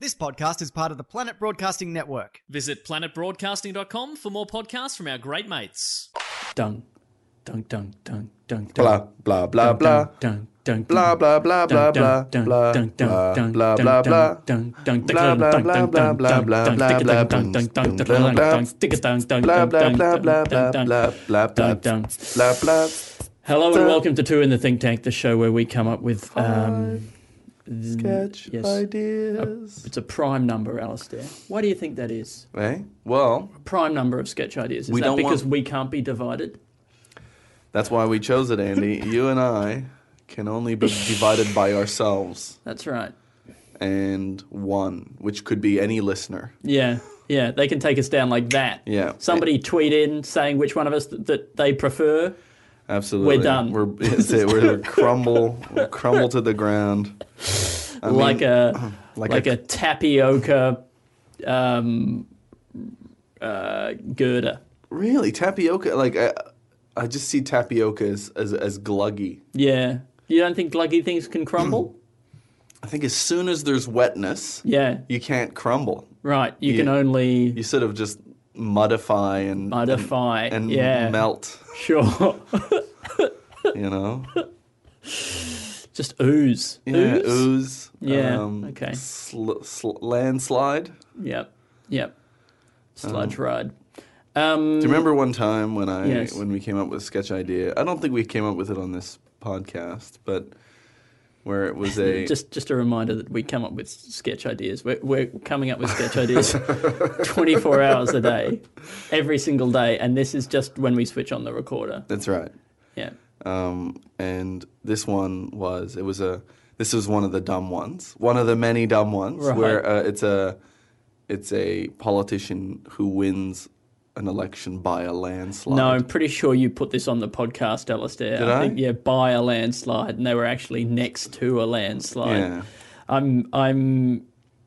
This podcast is part of the Planet Broadcasting Network. Visit planetbroadcasting.com for more podcasts from our great mates. dunk, dunk, dunk, dunk, dunk, Blah, dunk, blah, blah, dunk, blah. dunk, dunk, Blah, blah, blah, blah, blah, blah, blah, blah, blah, blah. Blah, blah, blah, blah, blah, blah, blah, blah, blah. Blah, blah, blah, blah, blah, blah, blah, blah. Blah, blah. Hello and welcome to Two in the Think Tank, the show where we come up with um, Sketch yes. ideas. it's a prime number, Alistair. Why do you think that is? Eh? Well, Prime number of sketch ideas. Is We that don't because want- we can't be divided? that's why we chose it, Andy. You and I can only be divided by ourselves That's right. and one, which could be any listener. Yeah, yeah, they can take us down like that. Yeah. Somebody tweet in saying which one of us th- that they prefer. Absolutely. We're done. We're, it's it. We're crumble, we'll crumble to the ground. I mean, like a like like, a- a, tapioca um, uh, girder. Really, tapioca. Like I, I just see tapioca as, as as gluggy. Yeah, you don't think gluggy things can crumble? I think as soon as there's wetness, yeah, you can't crumble. right. You You- can only You sort of just muddify and modify. and, and yeah, melt. sure. You know, Just ooze. yeah, ooze. ooze. um, Yeah, okay. Sl- sl- landslide. Yep. Yep. Sludge ride. Um, Do you remember one time when I Yes. when we came up with a sketch idea? I don't think we came up with it on this podcast, but where it was a just just a reminder that we come up with sketch ideas. We're, we're coming up with sketch ideas 24 hours a day, every single day, and this is just when we switch on the recorder. that's right. Yeah, Um, and this one was it was a this was one of the dumb ones, one of the many dumb ones Right. where uh, it's a it's a politician who wins an election by a landslide. no, I'm pretty sure you put this on the podcast, Alistair. Did I? think yeah, by a landslide, and they were actually next to a landslide. yeah, I'm I'm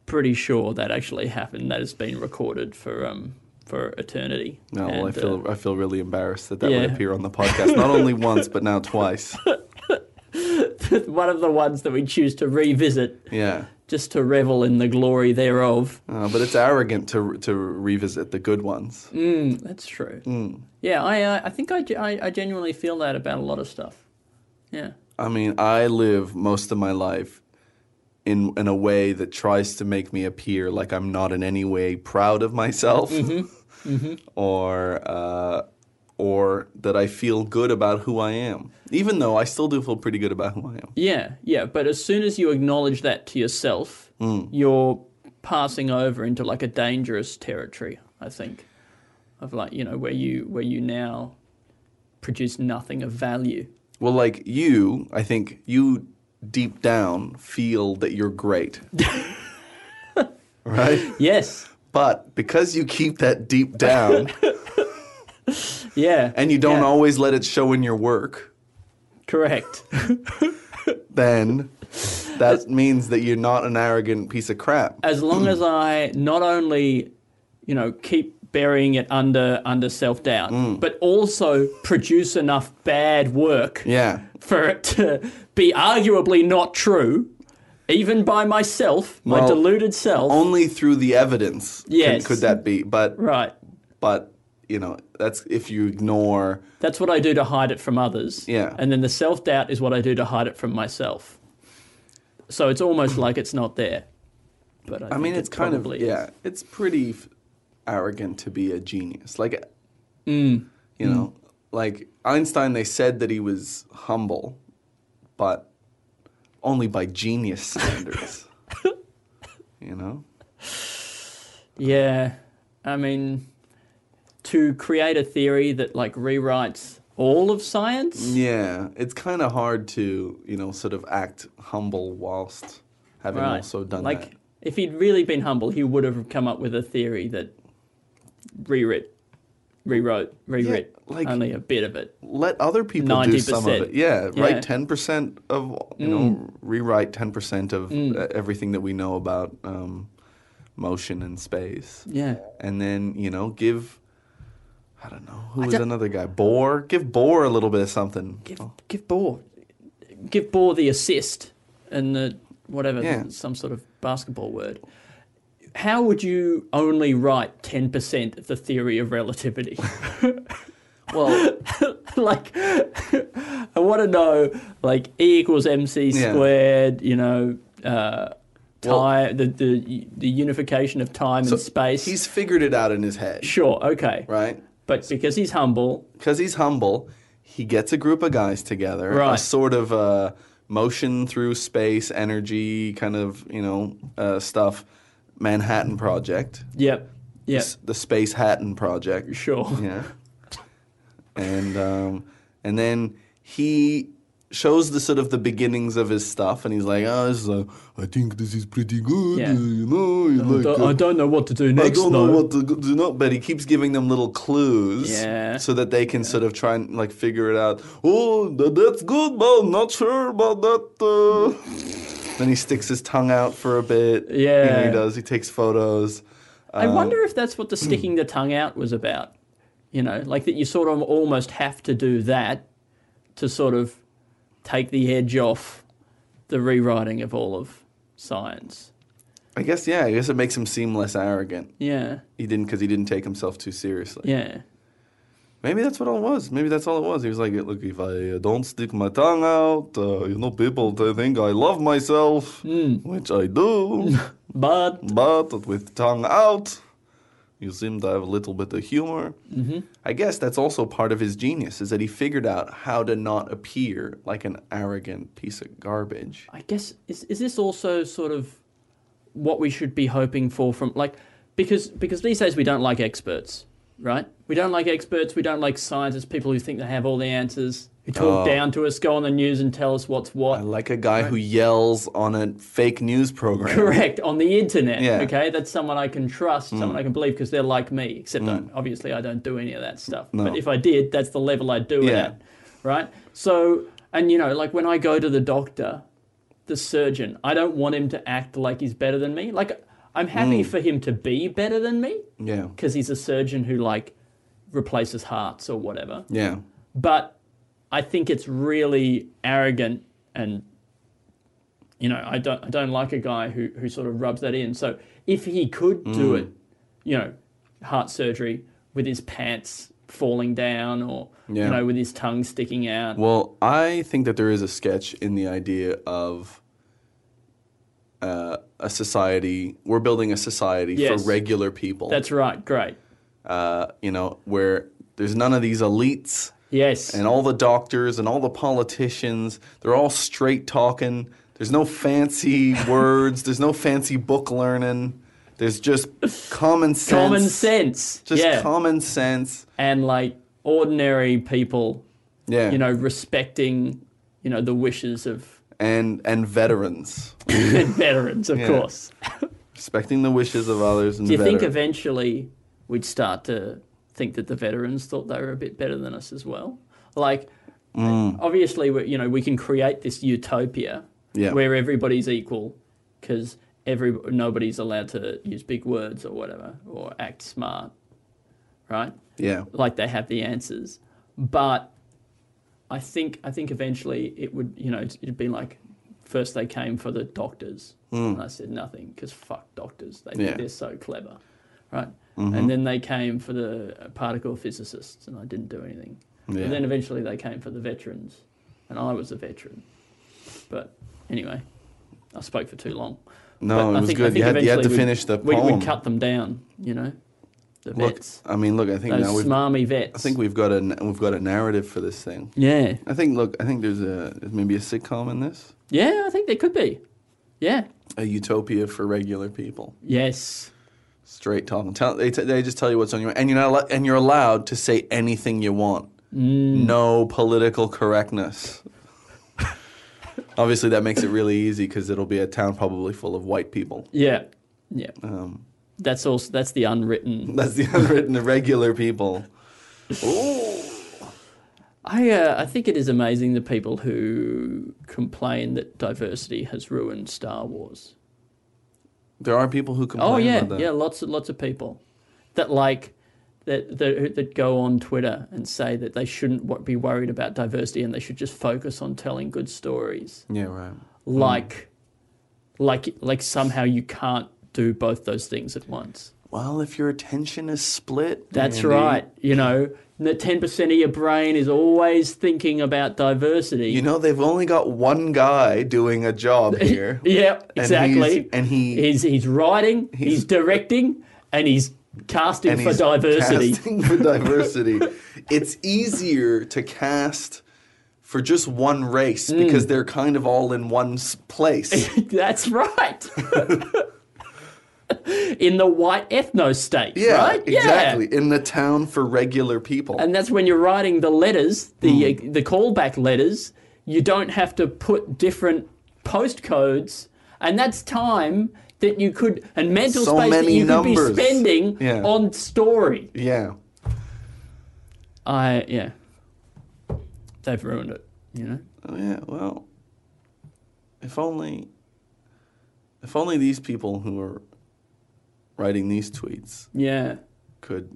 pretty sure that actually happened. That has been recorded for um for eternity. no. well, I And, uh, feel I feel really embarrassed that that would yeah. appear on the podcast not only once but now twice. uh, one of the ones that we choose to revisit Yeah. just to revel in the glory thereof. Uh, but it's arrogant to to revisit the good ones. That's true. Mm. Yeah, I uh, I think I, ge- I I genuinely feel that about a lot of stuff. Yeah. I mean, I live most of my life in in a way that tries to make me appear like I'm not in any way proud of myself, or uh, or that I feel good about who I am. Even though I still do feel pretty good about who I am. Yeah, yeah, but as soon as you acknowledge that to yourself, Mm. you're passing over into like a dangerous territory, I think. Of like, you know, where you where you now produce nothing of value. Well, like you, I think you deep down feel that you're great, right? Yes. But because you keep that deep down Yeah. and you don't Yeah. always let it show in your work. correct. then that means that you're not an arrogant piece of crap. as long as I not only, you know, keep burying it under under self doubt, Mm. but also produce enough bad work Yeah. for it to be arguably not true, even by myself, my Well, deluded self. Only through the evidence can- Yes. could that be. But right. but you know, that's if you ignore That's what I do to hide it from others. Yeah. And then the self doubt is what I do to hide it from myself. So it's almost like it's not there. But I, I think mean it it's kind of probably is. yeah, it's pretty f- arrogant to be a genius. Like uh, Mm. you know, like Einstein they said that he was humble, but only by genius standards. you know? Yeah. I mean, to create a theory that like rewrites all of science. Yeah, it's kind of hard to you know sort of act humble whilst having Right. also done like, that. if he'd really been humble, he would have come up with a theory that rewrit, rewrote, rewrit Yeah, like- only a bit of it. Let other people do some of 90%. it. Yeah, Yeah. Mm. write ten percent of you know rewrite ten percent of uh, everything that we know about um, motion and space. Yeah. and then you know give. I don't know who was don't- another guy. Bohr, give Bohr a little bit of something. Give give Bohr, give Bohr the assist and the whatever Yeah. some sort of basketball word. How would you only write ten percent of the theory of relativity? Well, like I want to know like E equals mc Yeah. squared. You know, uh, Well- time the, the the unification of time so and space. He's figured it out in his head, sure, okay, right? but because he's humble, because he's humble, he gets a group of guys together, a Right. sort of uh, motion through space, energy kind of you know uh, stuff, Manhattan Project, yep, yep, S- the Space Hatton Project, sure, yeah, and um, and then he shows the sort of the beginnings of his stuff, and he's like, oh, this is uh, I think this is pretty good, Yeah. uh, you know, you like, Don't- uh, I don't know what to do I next. don't though. know what to g- do not, but he keeps giving them little clues Yeah. so that they can sort of try and like figure it out. Oh, th- that's good, but I'm not sure about that. Uh. then he sticks his tongue out for a bit. You know, Yeah. he does. He takes photos. I uh, wonder if that's hmm. what the sticking the tongue out was about. You know, like that you sort of almost have to do that to sort of take the edge off the rewriting of all of science. I guess yeah. I guess it makes him seem less arrogant. Yeah, He didn't because he didn't take himself too seriously. yeah, Maybe that's what it was. Maybe that's all it was. He was like, look, if I uh, don't stick my tongue out, uh, you know, people they think I love myself, Hmm. which I do. but but with tongue out, you seem to have a little bit of humor. Mm-hmm. I guess that's also part of his genius is that he figured out how to not appear like an arrogant piece of garbage. I guess is is this also sort of what we should be hoping for from like because because these days we don't like experts, right? We don't like experts, we don't like scientists, people who think they have all the answers, who talk down to us, go on the news and tell us what's what. I like a guy who yells on a fake news program. Correct on the internet. Yeah. Hmm. Okay, that's someone I can trust, someone I can believe because they're like me. Except I, obviously I don't do any of that stuff. No. But if I did, that's the level I'd do it Yeah. at, right? So, and you know, like when I go to the doctor, the surgeon, I don't want him to act like he's better than me. Like I'm happy Hmm. for him to be better than me Yeah. because he's a surgeon who like replaces hearts or whatever Yeah. but I think it's really arrogant and you know I don't I don't like a guy who who sort of rubs that in. So if he could do Mm. it, you know, heart surgery with his pants falling down or Yeah. you know with his tongue sticking out. Well, I think that there is a sketch in the idea of uh, a society. We're building a society Yes. for regular people. That's right. Great. uh, you know, where there's none of these elites Yes. and all the doctors and all the politicians, they're all straight talking. There's no fancy words. There's no fancy book learning. There's just common sense. common sense. Just yeah. common sense. and like ordinary people, Yeah. you know, respecting you know the wishes of and and veterans veterans, of Yeah. course. respecting the wishes of others. And Do you think veterans. eventually we'd start to think that the veterans thought they were a bit better than us as well? Like, obviously, we, you know, we can create this utopia Yeah. where everybody's equal because every nobody's allowed to use big words or whatever or act smart, right? Yeah. Like they have the answers, but I think I think eventually it would you know it'd be like first they came for the doctors and I said nothing because fuck doctors they Hmm. Yeah. think Mm-hmm. they're so clever, right? And then they came for the particle physicists and I didn't do anything. Yeah. And then eventually they came for the veterans and I was a veteran, but anyway, I spoke for too long. No, But it I was think- I good. You think had, you had to eventually we'd- finish the We'd, poem. we'd cut them down, you know, the look, vets, I mean, look. I think those now we've. smarmy vets. I think we've got a we've got a narrative for this thing. yeah, I think. Look, I think there's a there's maybe a sitcom in this. yeah, I think they could be. Yeah. a utopia for regular people. Yes. Straight talking. Tell, they, t- they just tell you what's on your and you're not allo- and you're allowed to say anything you want. Mm. No political correctness. Obviously, that makes it really easy because it'll be a town probably full of white people. Yeah, yeah. Um, that's also that's the unwritten. That's the unwritten, the regular people. I uh, I think it is amazing the people who complain that diversity has ruined Star Wars. There are people who complain Oh yeah, about that. yeah. Lots of lots of people that like that that that go on Twitter and say that they shouldn't wo- be worried about diversity and they should just focus on telling good stories. Yeah, right. Like, like, like somehow you can't do both those things at once. Well, if your attention is split, That's Andy, right. You know, that ten percent of your brain is always thinking about diversity. You know they've only got one guy doing a job here. yeah, he's- exactly. and he- he's he's writing, he's, directing, and he's casting and for he's diversity. Casting for diversity. it's easier to cast for just one race Hmm. because they're kind of all in one s- place. That's right. In the white ethno state, Yeah, right? exactly. In the town for regular people. And that's when you're writing the letters, the Hmm. uh, the callback letters. You don't have to put different postcodes, and that's time that you could and mental So space that many you could numbers. be spending Yeah. on story. yeah. I yeah, they've ruined it. You know, Oh, yeah. Well, if only, if only these people who are writing these tweets yeah. could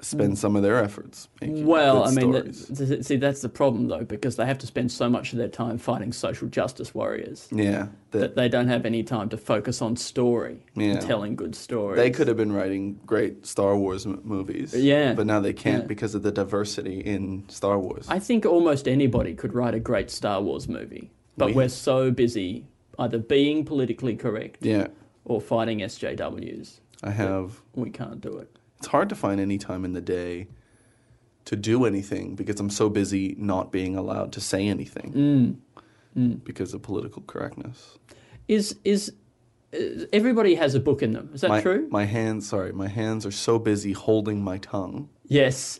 spend some of their efforts. making Hmm. Well, good I mean, that, stories. th- see, that's the problem though, because they have to spend so much of their time fighting social justice warriors. yeah, that that they don't have any time to focus on story Yeah. and telling good stories. they could have been writing great Star Wars m- movies. Yeah, but now they can't yeah. because of the diversity in Star Wars. I think almost anybody could write a great Star Wars movie, but We- we're so busy either being politically correct yeah, or fighting SJWs. I have. We can't do it. It's hard to find any time in the day to do anything because I'm so busy not being allowed to say anything because of political correctness. Mm. Is is is- everybody has a book in them? Is that my, true? My hands, sorry, my hands are so busy holding my tongue Yes.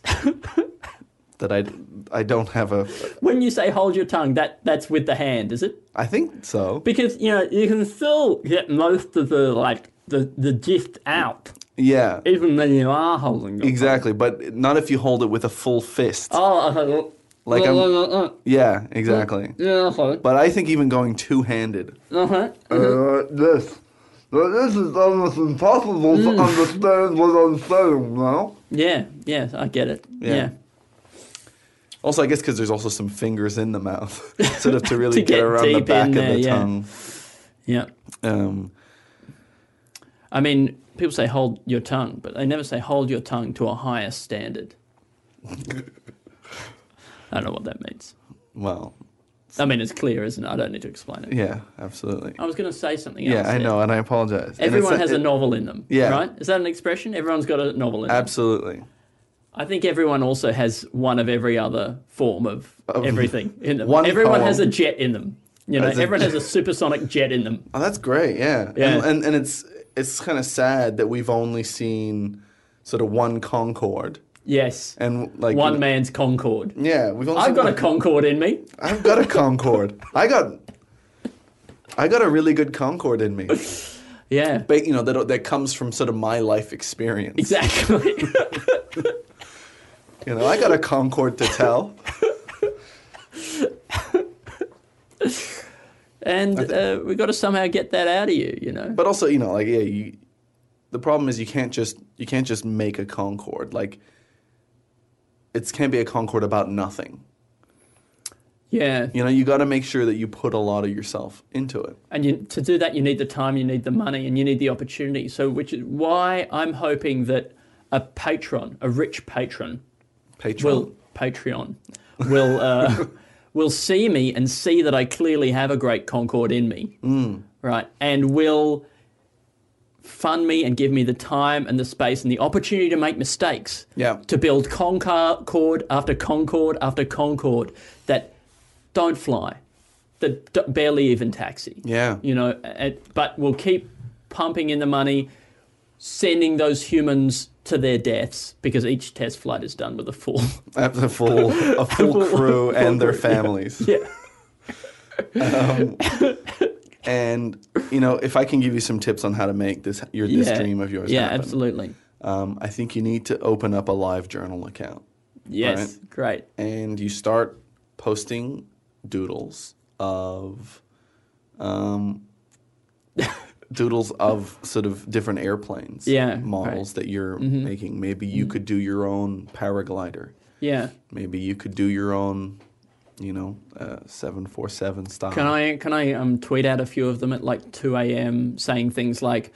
that I, I don't have a. when you say hold your tongue, that that's with the hand, is it? I think so. Because you know you can still get most of the like the the gist out, yeah, even when you are holding. Your exactly. But not if you hold it with a full fist. Oh, Uh-huh. Like I'm- yeah, exactly. Yeah, okay. But I think even going two-handed. Uh-huh. uh, this. Now, this is almost impossible to Mm. understand what I'm saying now. Yeah, yeah, I get it. Yeah. Also, I guess because there's also some fingers in the mouth, sort of to To really get, get around deep the in back of there, the yeah. tongue. Yeah. Um, I mean, people say hold your tongue, but they never say hold your tongue to a higher standard. I don't know what that means. well, I mean, it's clear, isn't it? I don't need to explain it. yeah, absolutely. I was going to say something else. Yeah, there. I know, and I apologize. And Everyone it's- has a it- novel in them, Yeah. right? Is that an expression? Everyone's got a novel in them. Absolutely. I think everyone also has one of every other form of everything in them. one everyone poem. has a jet in them. You know, As a everyone jet. has a supersonic jet in them. Oh, that's great. Yeah. And, Yeah. and and it's it's kind of sad that we've only seen sort of one Concorde Yes. and like one man's Concorde. Yeah, we've only I've seen got a one- Concorde in me. I've got a Concorde. I got I got a really good Concorde in me. Yeah. But you know that that comes from sort of my life experience. Exactly. You know, I got a Concorde to tell. and uh, we've got to somehow get that out of you, you know? But also, you know, like yeah, you the problem is you can't just you can't just make a Concorde. Like it can't be a Concorde about nothing. Yeah. You know, you got to make sure that you put a lot of yourself into it. And you, to do that, you need the time, you need the money, and you need the opportunity. So, which is why I'm hoping that a patron, a rich patron, Patreon. will Patreon will uh, will see me and see that I clearly have a great Concord in me, Mm. right? And will fund me and give me the time and the space and the opportunity to make mistakes. Yeah. To build Concord after Concord after Concord that don't fly, that d- barely even taxi. Yeah. You know, and, but we'll keep pumping in the money, sending those humans to their deaths because each test flight is done with a full. At the full, a full crew and their families. Um, yeah. And you know, if I can give you some tips on how to make this your this dream of yours Yeah, happen, absolutely. Um, I think you need to open up a live journal account, Yes, great. and you start posting doodles of, um, doodles of sort of different airplanes, Yeah, Mm-hmm. models that you're making. Maybe you could do your own paraglider. Yeah. Maybe you could do your own, you know, uh, seven four seven style. Can I can I um, tweet out a few of them at like two a.m. saying things like,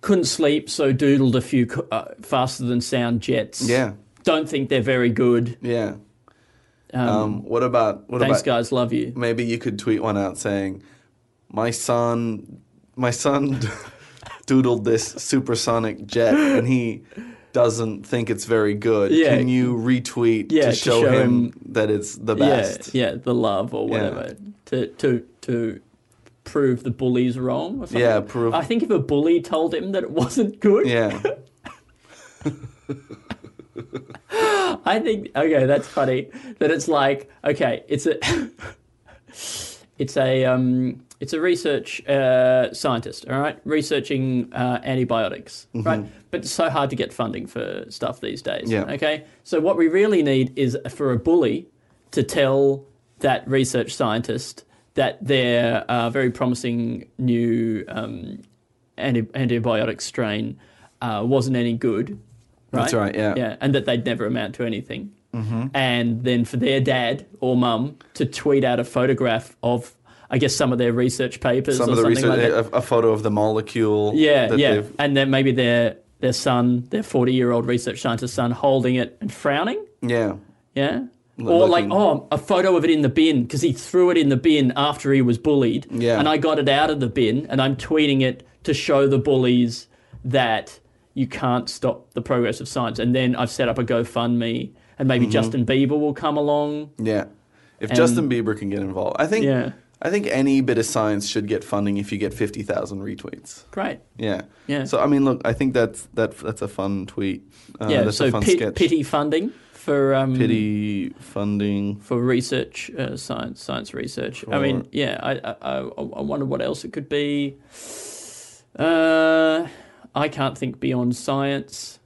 "Couldn't sleep, so doodled a few co- uh, faster than sound jets." Yeah. Don't think they're very good. Yeah. Um, what about what Thanks, about guys. Love you. maybe you could tweet one out saying, "My son, my son doodled this supersonic jet, and he doesn't think it's very good. Yeah. Can you retweet Yeah, to, to show show him, him- that it's the best?" Yeah, yeah, the love or whatever to to to prove the bully's wrong. Or something. Yeah, prove- I think if a bully told him that it wasn't good, yeah. I think okay, that's funny. That it's like okay, it's a it's a um, it's a research uh, scientist, all right, researching uh, antibiotics, right? But it's so hard to get funding for stuff these days. Yeah. Okay, so what we really need is for a bully to tell that research scientist that their uh, very promising new um, anti- antibiotic strain uh, wasn't any good. Right? That's right, yeah. Mm-hmm. Yeah, and that they'd never amount to anything. And then for their dad or mum to tweet out a photograph of, I guess, some of their research papers Some or of the something research, like that. a, a photo of the molecule. yeah, that yeah. they've- And then maybe their their son, their forty year old research scientist son, holding it and frowning. yeah. Yeah. Or like, looking- oh, a photo of it in the bin because he threw it in the bin after he was bullied. Yeah. And I got it out of the bin and I'm tweeting it to show the bullies that you can't stop the progress of science. And then I've set up a GoFundMe and maybe Mm-hmm. Justin Bieber will come along. Yeah. If Justin Bieber can get involved, I think Yeah. I think any bit of science should get funding if you get fifty thousand retweets. Great. Yeah. Yeah. So I mean, look, I think that's that that's a fun tweet. Uh, yeah. That's so a fun pit- sketch. pity funding for um, Pity funding. for research, uh, science science research. I mean, yeah, I, I I I wonder what else it could be. Uh, I can't think beyond science.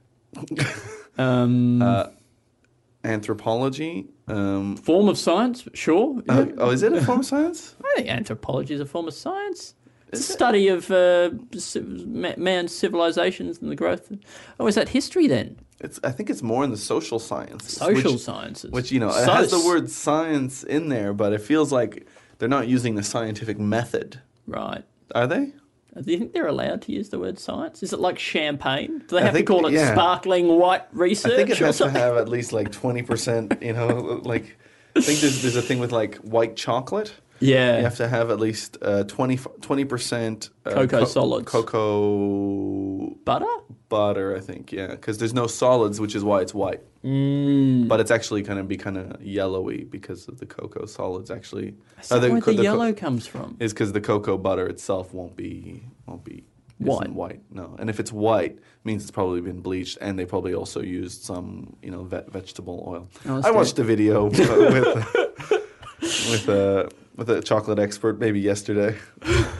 Anthropology. Um, Form of science, sure. Is uh, it- oh, is it a form of science? I think anthropology is a form of science. It's a study of uh, civ- ma- man's civilizations and the growth. Oh, is that history then? It's. I think it's more in the social sciences. Social which, sciences. Which you know, it has the Sos. word science in there, but it feels like they're not using the scientific method, Right. are they? Do you think they're allowed to use the word science? Is it like champagne? Do they have think- to call it yeah. sparkling white I research think it or has to something? have at least like twenty percent. You know, like I think there's there's a thing with like white chocolate. yeah. You have to have at least uh, 20 percent uh, Cocoa solids. cocoa Butter? butter. I think yeah, because there's no solids, which is why it's white. Mm. But it's actually kind of be kind of yellowy because of the cocoa solids. Actually, Is Uh, that where co- the, co- yellow comes from? is because the cocoa butter itself won't be won't be White. white. White, no. And if it's white, it means it's probably been bleached, and they probably also used some you know ve- vegetable oil. Oh, that's I good. watched a video uh, with with a with a chocolate expert maybe yesterday.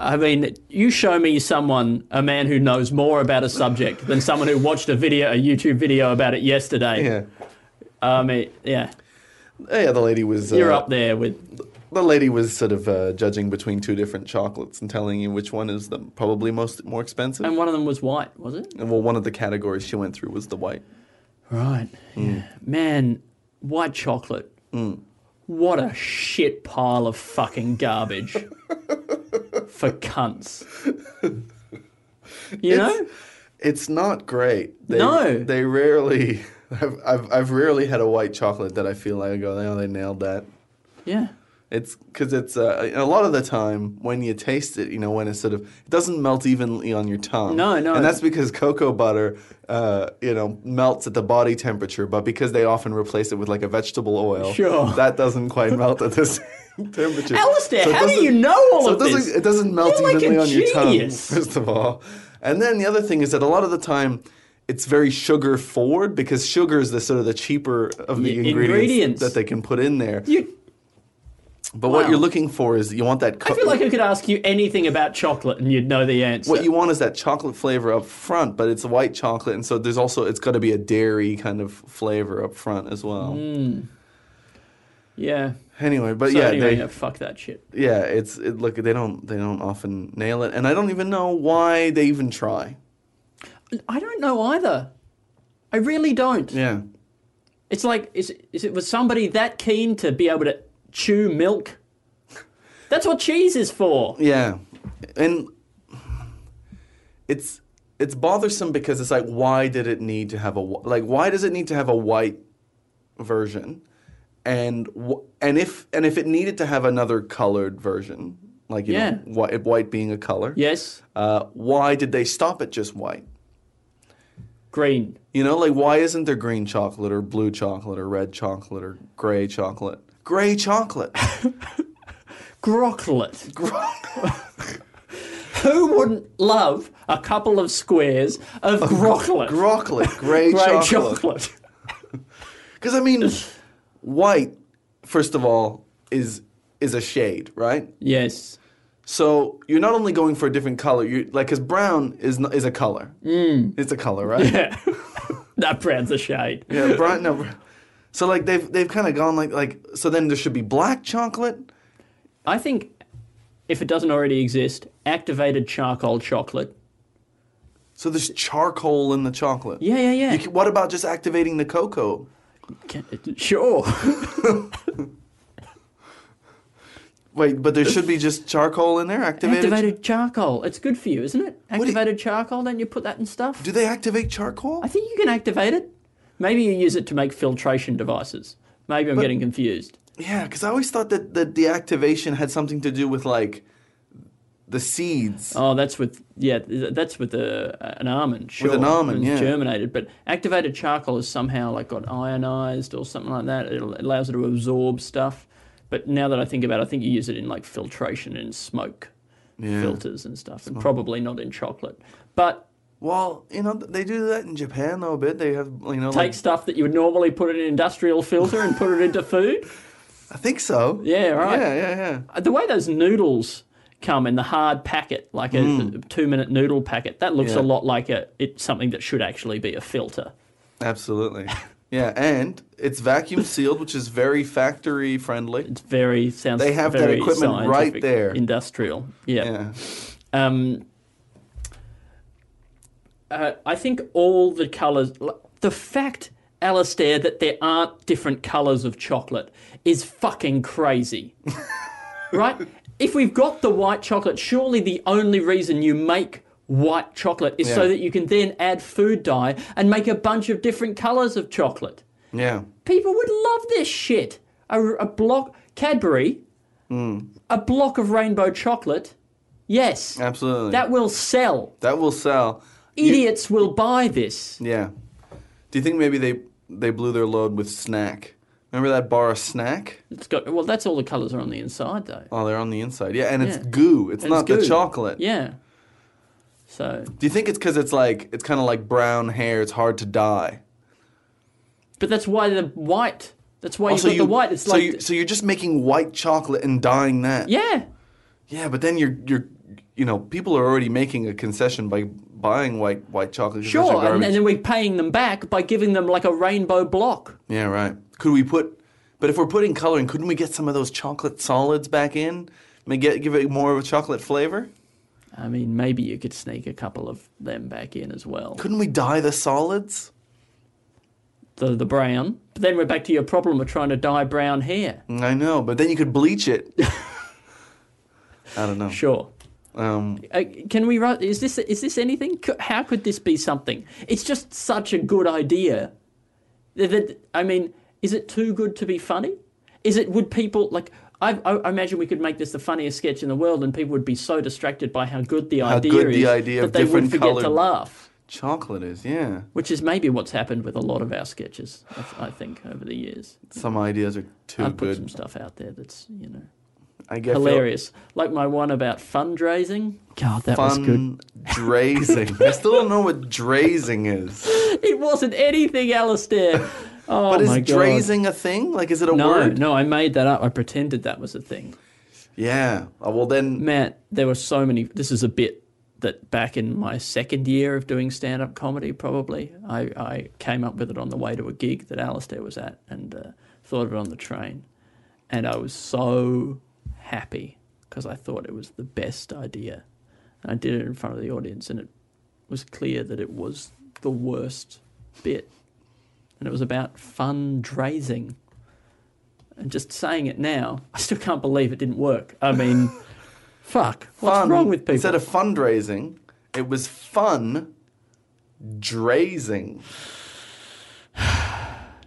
I mean, you show me someone, a man who knows more about a subject than someone who watched a video, a YouTube video about it yesterday. Yeah, I mean, yeah, yeah. The lady was. Uh, you're up there with. The lady was sort of uh, judging between two different chocolates and telling you which one is the probably most more expensive. And one of them was white, was it? And, well, one of the categories she went through was the white. Right. Mm. Yeah. Man, white chocolate. What a shit pile of fucking garbage for cunts. You know? It's not great. They, No. they rarely. I've, I've I've rarely had a white chocolate that I feel like I go, oh, they nailed that. Yeah. It's because it's uh, a lot of the time when you taste it, you know, when it's sort of it doesn't melt evenly on your tongue. No, no. And that's because cocoa butter, uh, you know, melts at the body temperature, but because they often replace it with like a vegetable oil, Sure. that doesn't quite melt at the same temperature. Alistair, So it how do doesn't- you know all of so it doesn't, this? It doesn't melt You're like a evenly on your tongue, genius. first of all. And then the other thing is that a lot of the time. It's very sugar forward because sugar is the sort of the cheaper of the Y- ingredients ingredients. that they can put in there. You, But what Wow. you're looking for is you want that. Co- I feel like I could ask you anything about chocolate and you'd know the answer. what you want is that chocolate flavor up front, but it's white chocolate, and so there's also it's got to be a dairy kind of flavor up front as well. yeah. Anyway, but Mm. So yeah, anyway, they, yeah, fuck that shit. yeah, it's it, look they don't they don't often nail it, and I don't even know why they even try. I don't know either. I really don't. Yeah, It's like is is it was somebody that keen to be able to chew milk? That's what cheese is for. yeah, and it's it's bothersome because it's like why did it need to have a wh- like why does it need to have a white version and wh- and if and if it needed to have another colored version like you Yeah. know white, white being a color Yes, uh, why did they stop at just white green. you know like why isn't there green chocolate or blue chocolate or red chocolate or gray chocolate gray chocolate Groklet. Who wouldn't love a couple of squares of groklet? groklet gray, Grey chocolate chocolate. Because I mean, white, first of all, is is a shade, right? yes. So you're not only going for a different color. You like because brown is not, is a color. Mm. It's a color, right? Yeah. That brand's a shade. brown. No. br- So like they've they've kind of gone like like so then there should be black chocolate. I think if it doesn't already exist, activated charcoal chocolate. So there's charcoal in the chocolate. Yeah, yeah, yeah. You can, what about just activating the cocoa? Can- sure. Wait, but there should be just charcoal in there. Activated. activated charcoal. It's good for you, isn't it? do you- Activated charcoal, don't you put that in stuff? Do they activate charcoal? I think you can activate it. Maybe you use it to make filtration devices. Maybe I'm getting confused. Yeah, because I always thought that the deactivation had something to do with like the seeds. Oh, that's with yeah, th- that's with a, an almond. Sure, an almond, When it's yeah. germinated. But activated charcoal is somehow like got ionized or something like that. It al- it allows it to absorb stuff. But now that I think about it, I think you use it in like filtration and smoke filters and stuff, and probably not in chocolate. But Well, you know they do that in Japan though a bit. They have you know take like, stuff that you would normally put in an industrial filter and put it into food. I think so. Yeah, right. Yeah, yeah, yeah. Uh, the way those noodles come in the hard packet, like a, a two-minute noodle packet, that looks Hmm. a Yeah. lot like a it's something that should actually be a filter. Absolutely. Yeah, and it's vacuum sealed, which is very factory friendly. It's very sounds. They have that very equipment right scientific, there. Industrial. Yeah. Yeah. Um, uh, I think all the colours. The fact, Alistair, that there aren't different colours of chocolate is fucking crazy. right? If we've got the white chocolate, surely the only reason you make white chocolate is Yeah. so that you can then add food dye and make a bunch of different colours of chocolate. Yeah. People would love this shit. A, a block Cadbury, a block of rainbow chocolate. Yes, Absolutely. that will sell. That will sell. You- Idiots will buy this. yeah. Do you think maybe they they blew their load with snack? Remember that bar of snack? It's got well. That's all the colours are on the inside though. Oh, they're on the inside. Yeah, and it's Yeah. goo. It's And not it's good. the chocolate. Yeah. So, Do you think it's because it's like it's kind of like brown hair? It's hard to dye. but that's why the white. That's why Oh, you've got the white. It's so like you, so you're just making white chocolate and dyeing that. yeah. Yeah, but then you're you're you know people are already making a concession by buying white white chocolate. 'cause those are Sure, and, garbage. and then we're paying them back by giving them like a rainbow block. yeah, right. Could we put? But if we're putting coloring, couldn't we get some of those chocolate solids back in? May get give it more of a chocolate flavor. I mean, maybe you could sneak a couple of them back in as well. Couldn't we dye the solids? the, the brown. But then we're back to your problem of trying to dye brown hair. Mm, I know, but then you could bleach it. I don't know. Sure. Um, Uh, can we write? Is this is this anything? C- How could this be something? It's just such a good idea. That, that- I mean, is it too good to be funny? Is it would people like? I, I I imagine we could make this the funniest sketch in the world, and people would be so distracted by how good the idea good the is idea of that they would different forget to coloured- laugh. Chocolate is, yeah. Which is maybe what's happened with a lot of our sketches, I th- I think, over the years. Some ideas are too I've put good. some stuff out there that's you know I get hilarious, like my one about fundraising. God, that was good. Fun drazing. I still don't know what drazing is. It wasn't anything, Alistair. Oh But is my God. drazing a thing? Like, is it a No, word? no, I made that up. I pretended that was a thing. Yeah. Oh, well, then Matt, there were so many. This is a bit that back in my second year of doing stand up comedy, probably, I, I came up with it on the way to a gig that Alistair was at and uh, thought of it on the train. And I was so happy because I thought it was the best idea. And I did it in front of the audience, and it was clear that it was the worst bit. And it was about fundraising. And just saying it now, I still can't believe it didn't work. I mean, fuck. What's fun. wrong with people? Instead of fundraising, it was fun drazing.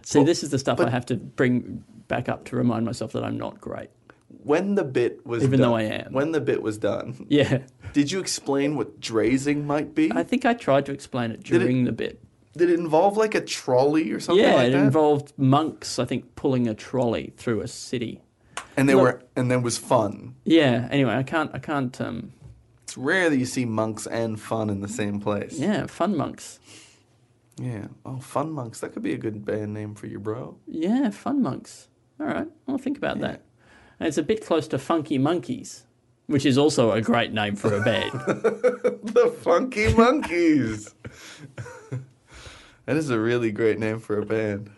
See, this is the stuff I have to bring back up to remind myself that I'm not great. When the bit was Even done, though I am. When the bit was done, Yeah. did you explain what drazing might be? I think I tried to explain it it- during the bit. Did it involve like a trolley or something yeah, like it that? involved monks, I think, pulling a trolley through a city. and they Look- were and there was fun. Yeah. Anyway, I can't. I can't. Um. It's rare that you see monks and fun in the same place. Yeah. Fun monks. Yeah. Oh, fun monks. That could be a good band name for you, bro. Yeah. Fun monks. All right. I'll think about that. And it's a bit close to Funky Monkeys, which is also a great name for a band. The Funky Monkeys. that is a really great name for a band.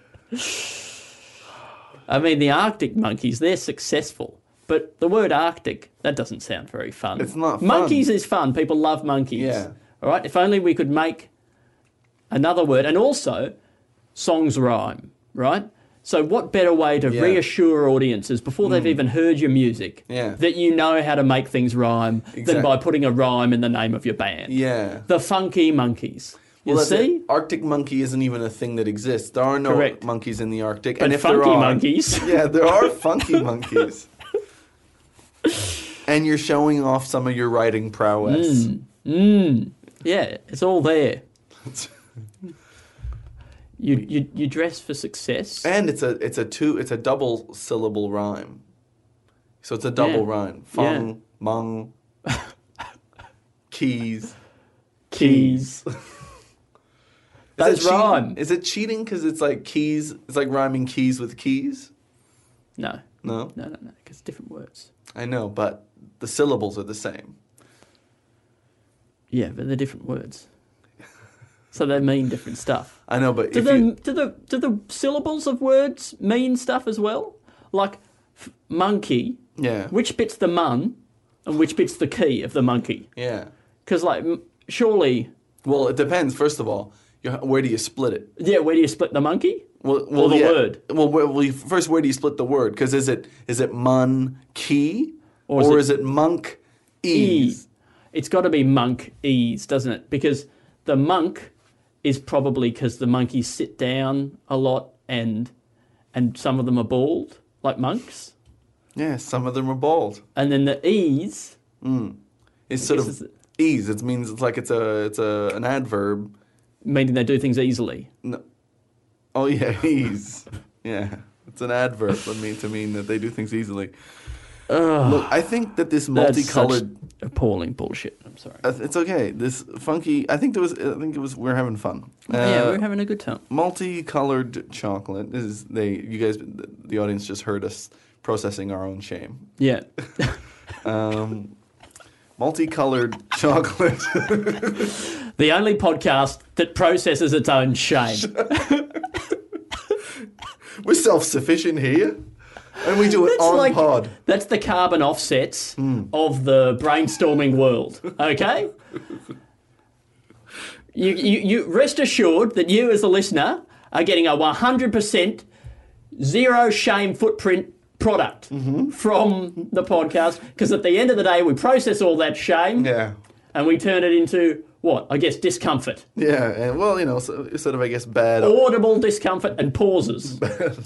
I mean, the Arctic Monkeys. They're successful. But the word Arctic, that doesn't sound very fun. It's not fun. Monkeys is fun. People love monkeys. Yeah. All right. If only we could make another word. And also, songs rhyme, right? So, what better way to Yeah. Mm. reassure audiences before they've even heard your music Yeah. that you know how to make things rhyme than by Exactly. putting a rhyme in the name of your band? Yeah. The Funky Monkeys. You Well, that's it. see? Arctic monkey isn't even a thing that exists. There are no Correct. monkeys in the Arctic, But and if there funky are, monkeys. yeah, there are funky monkeys. and you're showing off some of your writing Hmm. prowess. Yeah, it's all there. You, you, you dress for success. And it's a it's a two it's a double syllable rhyme, so it's a double Yeah. rhyme. Fung mung keys. keys. Is Those it cheating- rhyme. Is it cheating because it's like keys? It's like rhyming keys with keys. No, No, no, no, no, because different words. I know, but the syllables are the same. Yeah, but they're different words. So they mean different stuff. I know, but Do if the, you, do the do the syllables of words mean stuff as well? Like f- monkey. Yeah. Which bit's the mun, and which bit's the key of the monkey? Yeah. Because like m- surely, Well, it depends. First of all, you, where do you split it? yeah. Where do you split the monkey? Well, well, the yeah. word. Well, where, well, you- first, where do you split the word? Because is it is it mun key Or or, is is, it- it monk E. ease? It's got to be monk ease, doesn't it? Because the monk is probably because the monkeys sit down a lot and and some of them are bald, like monks. Yeah, some of them are bald. And then the ease, It's sort of guess it's- ease. It means it's like it's a it's a an adverb. meaning they do things easily. No. Oh yeah, ease. yeah, it's an adverb. I mean to mean that they do things easily. Look, I think that this That's such multicolored appalling bullshit. I'm sorry. Uh, It's okay. This funky. I think there was. I think it was. We're having fun. Uh, yeah, we're having a good time. multicolored chocolate. This is they. You guys. The the audience just heard us processing our own shame. Yeah. Multicolored chocolate. The only podcast that processes its own shame. we're self-sufficient here, and we do it on pod. That's the carbon offsets of the brainstorming world. Okay. you, you, you rest assured that you, as a listener, are getting a 100% zero shame footprint product from the podcast because at the end of the day, we process all that shame Yeah. and we turn it into what? I guess discomfort, Yeah. And well, you know, so, sort of. I guess bad. Oh. audible discomfort and pauses. Bad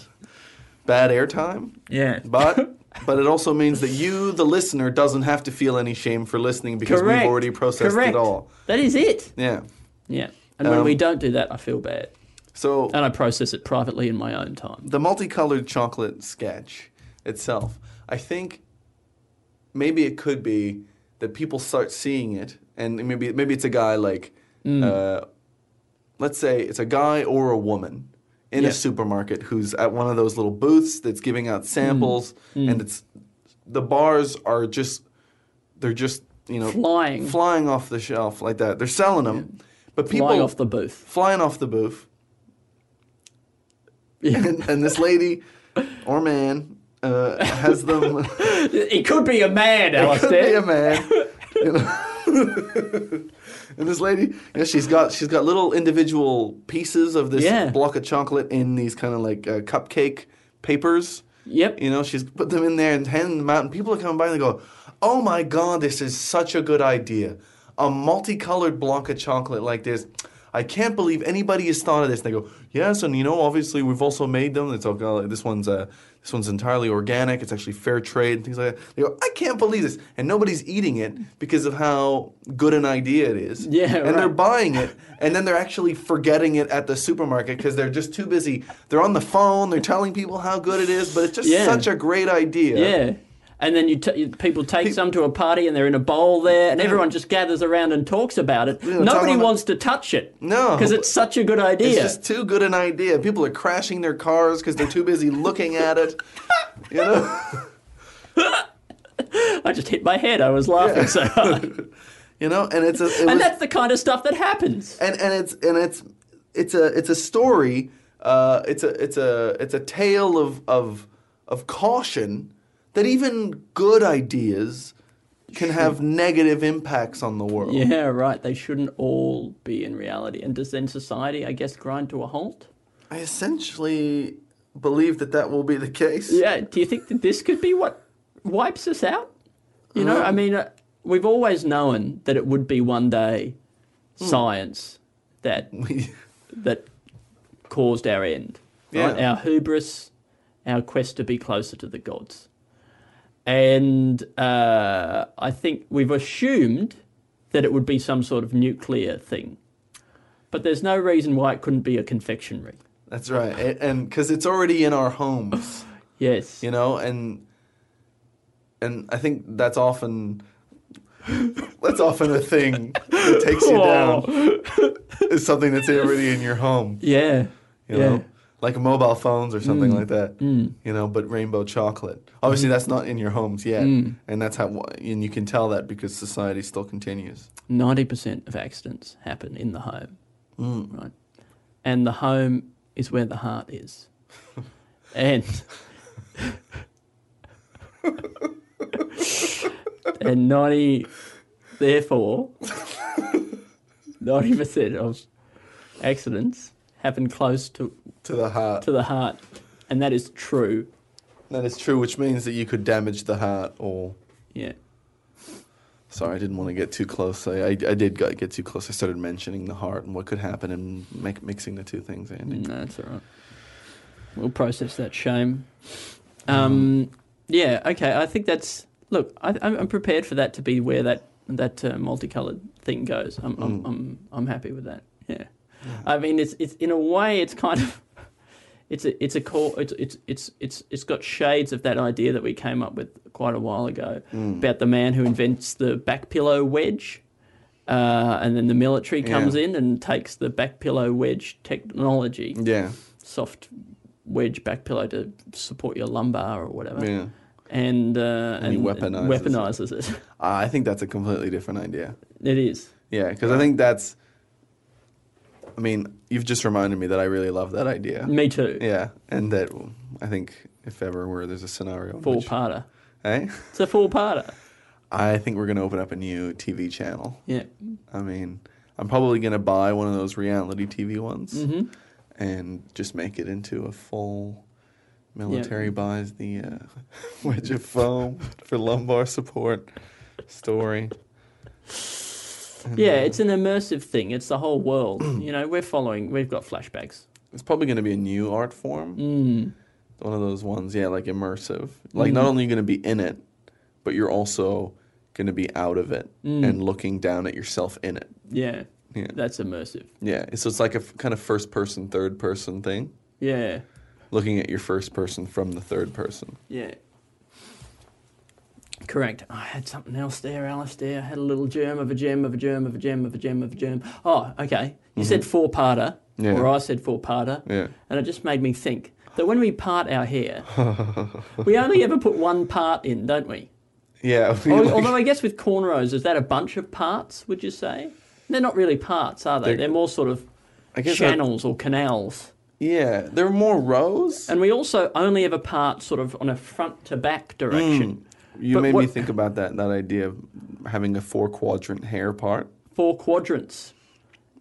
airtime. Yeah. But But it also means that you, the listener, doesn't have to feel any shame for listening because Correct. we've already processed Correct. it all. That is it. Yeah. Yeah. And when we Um, don't do that, I feel bad. So And I process it privately in my own time. the multicolored chocolate sketch itself, I think maybe it could be that people start seeing it, and maybe maybe it's a guy like, Mm. uh, let's say it's a guy or a woman in a Yeah. supermarket who's at one of those little booths that's giving out samples, Mm. and it's the bars are just they're just you know Flying. flying off the shelf like that. They're selling them, but people Flying off the booth. flying off the booth. Yeah. and, and this lady or man uh, has them. it It could be a man, could Alistair. be a man. you know. and this lady, you know, she's got she's got little individual pieces of this Yeah. block of chocolate in these kind of like uh, cupcake papers. Yep. You know, she's put them in there and handing them out, and people are coming by and they go, "Oh my God, this is such a good idea! A multicolored block of chocolate like this." I can't believe anybody has thought of this. They go, yes, and you know, obviously we've also made them. It's all got- this one's uh, this one's entirely organic. It's actually fair trade and things like that. They go, I can't believe this, and nobody's eating it because of how good an idea it is. Yeah, and they're right. buying it and then they're actually forgetting it at the supermarket because they're just too busy. They're on the phone, they're telling people how good it is, but it's just Yeah. such a great idea. Yeah. And then you t- you- people take some to a party and they're in a bowl there, and everyone just gathers around and talks about it. talk Nobody about- wants to touch it. No. Because it's such a good idea. It's just too good an idea. People are crashing their cars because they're too busy looking at it. You know, I just hit my head. I was laughing so hard. you know, and it's a, it And was- that's the kind of stuff that happens. and and it's and it's it's a it's a story. Uh, it's a it's a it's a tale of of of caution that even good ideas can have negative impacts on the world. Yeah, right. They shouldn't all be in reality. And does then society, I guess, grind to a halt? I essentially believe that that will be the case. Yeah. Do you think that this could be what wipes us out? You know, I mean, uh, we've always known that it would be one day science that that caused our end. Right? Yeah. Our hubris, our quest to be closer to the gods. And uh, I think we've assumed that it would be some sort of nuclear thing. But there's no reason why it couldn't be a confectionery. That's right. A- And because it's already in our homes, Yes. you know, and and I think that's often that's often a thing that takes you down is something that's already in your home. Yeah. yeah. You Mm. know? Like mobile phones or something like that. You know, but rainbow chocolate. Obviously Mm-hmm. that's not in your homes yet. Mm. And that's how and you can tell that because society still continues. 90% of accidents happen in the home. Right. And the home is where the heart is. and and 90 therefore 90% of accidents happen close to To the heart. to the heart and that is true. That is true, which means that you could damage the heart or. Yeah. Sorry, I didn't want to get too close. I, I, I did get get too close. I started mentioning the heart and what could happen and make, mixing the two things, Andy. No, that's all right. We'll process that shame. Um, yeah, okay. I think that's look. I, I'm, I'm prepared for that to be where that that uh, multicolored thing goes. I'm, I'm I'm I'm happy with that. Mm. Yeah, I mean, it's it's in a way, it's kind of it's a it's a call. It's it's it's it's it's got shades of that idea that we came up with quite a while ago about the man who invents the back pillow wedge. Uh, and then the military comes Yeah. in and takes the back pillow wedge technology Yeah, soft wedge back pillow to support your lumbar or whatever. yeah. And, uh, And he weaponizes it. weaponizes it. I think that's a completely different idea. It is. Yeah, because I think that's. I mean, you've just reminded me that I really love that idea. Me too. Yeah, and that I think if ever where there's a scenario. in Four which- parter. Eh? It's a four parter. I think we're gonna open up a new TV channel. Yeah. I mean, I'm probably gonna buy one of those reality TV ones and just make it into a full military buys the uh, wedge of foam for lumbar support story. Yeah, uh, it's an immersive thing. It's the whole world. you know, we're following, we've got flashbacks. It's probably gonna be a new art form. One of those ones, yeah, like immersive. Like not only are you gonna be in it, but you're also gonna be out of it and looking down at yourself in it. Yeah. Yeah. That's immersive. Yeah, so it's like a f- kind of first person, third person thing, Yeah. looking at your first person from the third person. Yeah. Correct. I had something else there, Alistair. I had a little germ of a gem of a germ of a gem of a gem of a gem. Oh, okay. You said four parter, Mm-hmm. Yeah. or I said four parter, Yeah. and it just made me think that when we part our hair, we only ever put one part in, don't we? Yeah, we, Al- like- Although I guess with cornrows, is that a bunch of parts? Would you say they're not really parts, are they? They're- They're, more sort of I guess I- channels or canals. yeah, there are more rows. And we also only ever part sort of on a front to back Mm. direction. You But made me what- think about that that idea of having a four quadrant hair part. four quadrants.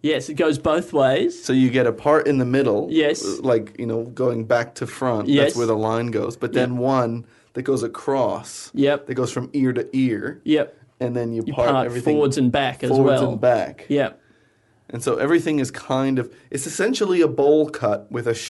Yes, it goes both ways. So you get a part in the middle. Yes. uh, Like, you know, going back to front. Yes. That's where the line goes. But then one that goes across. Yep. That goes from ear to ear. Yep. And then you, You part, everything forwards and back as forwards well. and back. Yep. And so everything is kind of it's essentially a bowl cut with a sh-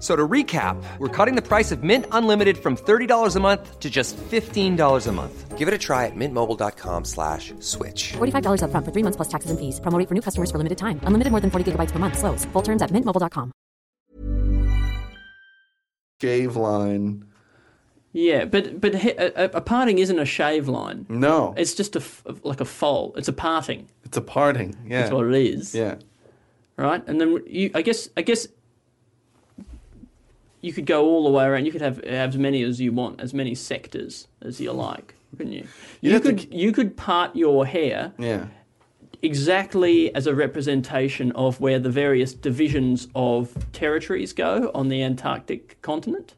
So to recap, we're cutting the price of Mint Unlimited from $30 a month to just $15 a month. Give it a try at mintmobile.com slash switch. $45 upfront for three months plus taxes and fees. Promo rate for new customers for limited time. Unlimited more than 40 gigabytes per month. Slows. Full terms at mintmobile.com. shave line. Yeah, but but he, a, a- a parting isn't a shave line. No. It's, It's just a f- like a fold. It's a parting. a parting. Yeah. That's what it is. Yeah. Right. And then you, I guess, I guess you could go all the way around. You could have, have as many as you want, as many sectors as you like, couldn't you? You, have to could you could part your hair Yeah. exactly as a representation of where the various divisions of territories go on the Antarctic continent.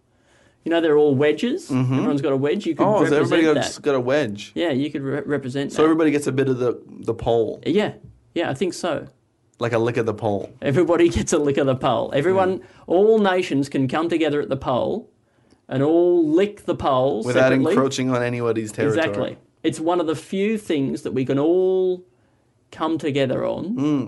You know, they're all wedges. Everyone's got a wedge. You could Mm-hmm. Oh, so represent everybody that. got, got a wedge. Yeah, you could re- represent So that. everybody gets a bit of the the pole, yeah, yeah, I think so. like a lick of the pole. Everybody gets a lick of the pole. Everyone, Mm. all nations can come together at the pole and all lick the pole without separately. encroaching on anybody's territory. Exactly. It's one of the few things that we can all come together on Hmm.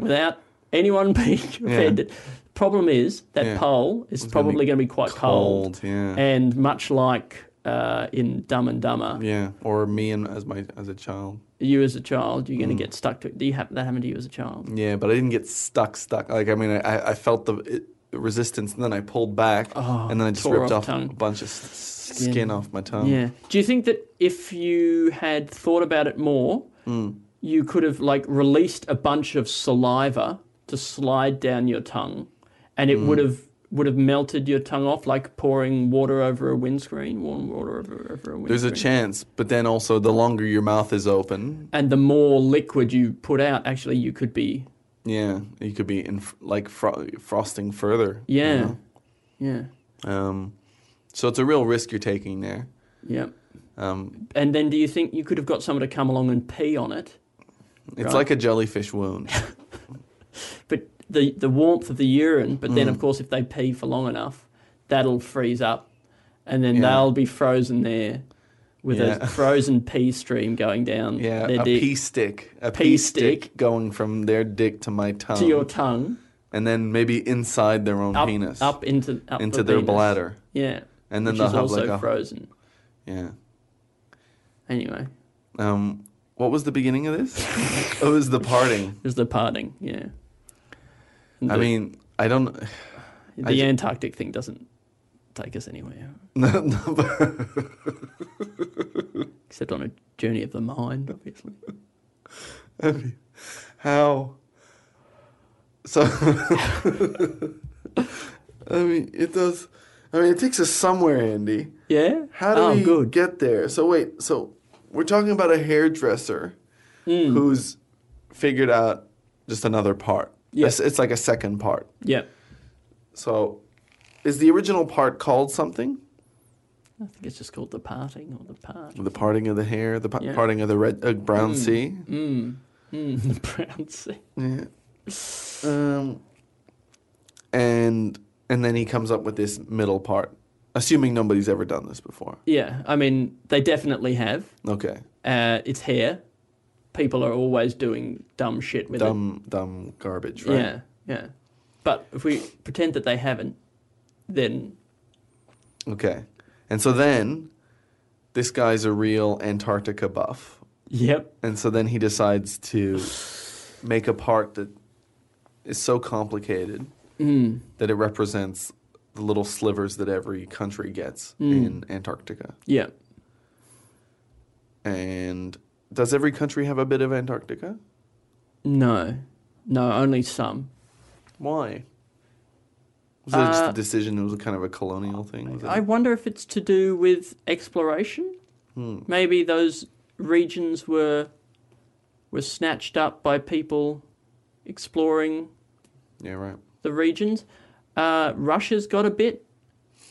without anyone being offended. Problem is that Yeah. pole is probably going to be quite cold, cold, yeah. and much like uh, in Dumb and Dumber, Yeah, or me and as my as a child. you as a child you're going Hmm. to get stuck to it. Do you have that happened to you as a child? Yeah, but I didn't get stuck stuck. Like I mean, I, I felt the it, the resistance, and then I pulled back, and then I just Oh, tore ripped off off tongue. a bunch of s- skin. off my tongue. Yeah. Do you think that if you had thought about it more, Hmm. you could have like released a bunch of saliva to slide down your tongue, and Hmm. it would have would have melted your tongue off, like pouring water over a windscreen, warm water over, over a windscreen. There's a chance, but then also the longer your mouth is open, And the more liquid you put out, actually, you could be. yeah, you could be in f- like fro- frosting further. you Yeah. know? Yeah. Um, so it's a real risk you're taking there. Yeah. Um, And then do you think you could have got someone to come along and pee on it? it's like a jellyfish wound. but the the warmth of the urine. But Mm. then, of course, if they pee for long enough, that'll freeze up, and then Yeah. they'll be frozen there with Yeah. a frozen pee stream going down Yeah, their a dick pee stick. A pee, Pee stick. stick. going from their dick to my tongue. to your tongue, and then maybe inside their own up penis. up into up into the their penis. bladder. Yeah, And then which they'll is have also like a- frozen. Yeah. Anyway, Um, what was the beginning of this? it was the parting. there's the parting. Yeah, And I the- mean, I don't. the ju- Antarctic thing doesn't take us anywhere No, no, but- except on a journey of the mind, obviously. How? So. I mean, it does. I mean, it takes us somewhere, Andy. Yeah. How do oh, we good. get there? So wait, so we're talking about a hairdresser Mm. who's figured out just another part. Yeah. It's, it's like a second part. Yeah. So is the original part called something? I think it's just called the parting or the part. The parting of the Mm. hair, the pa- parting of the red uh, brown sea. brown sea. Yeah. Um, and and then he comes up with this middle part, assuming nobody's ever done this before. Yeah, I mean, they definitely have. Okay, Uh, it's hair. People are always doing dumb shit with it. dumb dumb garbage, right? Yeah, yeah. But if we pretend that they haven't, then Okay, and so then this guy's a real Antarctica buff, yep, and so then he decides to make a part that is so complicated that it represents the little slivers that every country gets in Antarctica. yeah. And does every country have a bit of Antarctica? No, no, only some. Why? Was it just a decision? It was kind of a colonial thing. Was it? I wonder if it's to do with exploration. Hmm. Maybe those regions were were snatched up by people exploring yeah, right. the regions. Uh, Russia's got a bit.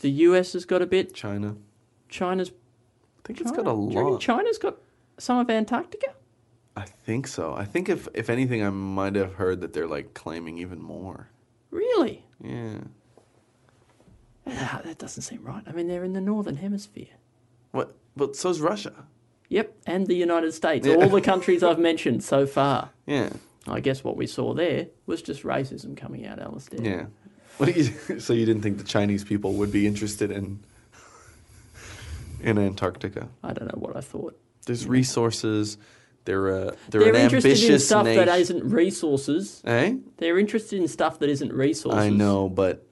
The US has got a bit. China. China's I think it's got a Do you reckon lot. China's got some of Antarctica. I think so. I think if if anything, I might have heard that they're like claiming even more. Really? Yeah. Ah, that doesn't seem right. I mean, they're in the northern hemisphere. What? But so's Russia. Yep, and the United States. Yeah. All the countries I've mentioned so far. Yeah. I guess what we saw there was just racism coming out, Alistair. Yeah. What do you, so you didn't think the Chinese people would be interested in in Antarctica? I don't know what I thought. There's resources. They're a they're, They're an interested ambitious in stuff nation. that isn't resources. eh? They're interested in stuff that isn't resources. I know, but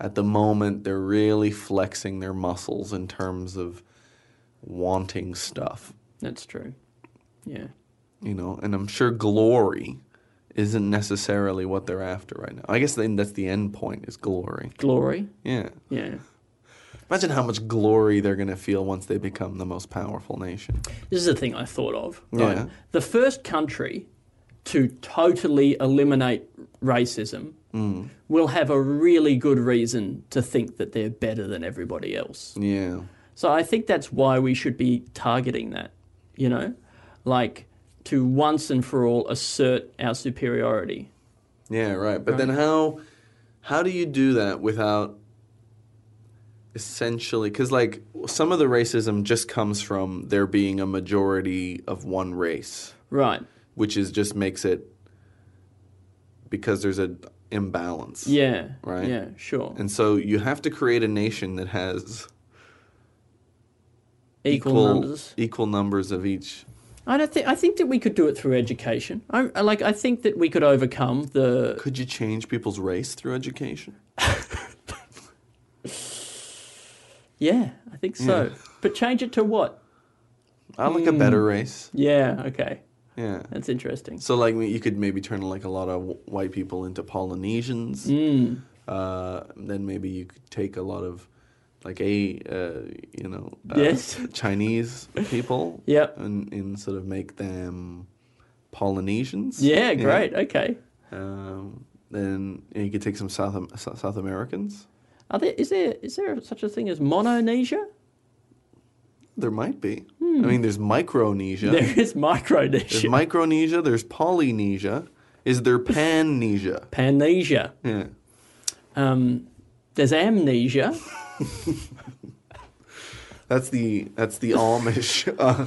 at the moment they're really flexing their muscles in terms of wanting stuff, That's true. Yeah. you know. And I'm sure glory isn't necessarily what they're after right now. I guess then that's the end point is glory. Glory. Yeah. Yeah. Imagine how much glory they're going to feel once they become the most powerful nation. This is a thing I thought of. Yeah. right? The first country to totally eliminate racism Mm. will have a really good reason to think that they're better than everybody else. Yeah. So I think that's why we should be targeting that, you know? Like to once and for all assert our superiority. Yeah, right. But then how how do you do that without essentially cuz like some of the racism just comes from there being a majority of one race, Right. which is just makes it because there's an imbalance. Yeah. Right. Yeah, sure. And so you have to create a nation that has equal, numbers. equal numbers of each. I don't think I think that we could do it through education. I I- like I think that we could overcome the Could you change people's race through education? Yeah, I think so. But change it to what? I like a better race. Yeah, okay. Yeah. Hmm. That's interesting. So like you could maybe turn like a lot of wh- white people into Polynesians. Hmm. Uh, then maybe you could take a lot of like a uh, you know uh, Yes. Chinese people. Yep. And, and sort of make them Polynesians. Yeah, great. Okay. Um, then you could take some South Am- Sou- South Americans. Are there is there is there such a thing as Mononesia? There might be. I mean, there's Micronesia. Hmm. There is there's Micronesia. Micronesia. There's Polynesia. Is there Panesia? Panesia. Yeah. Um, there's amnesia. That's the that's the Amish, uh,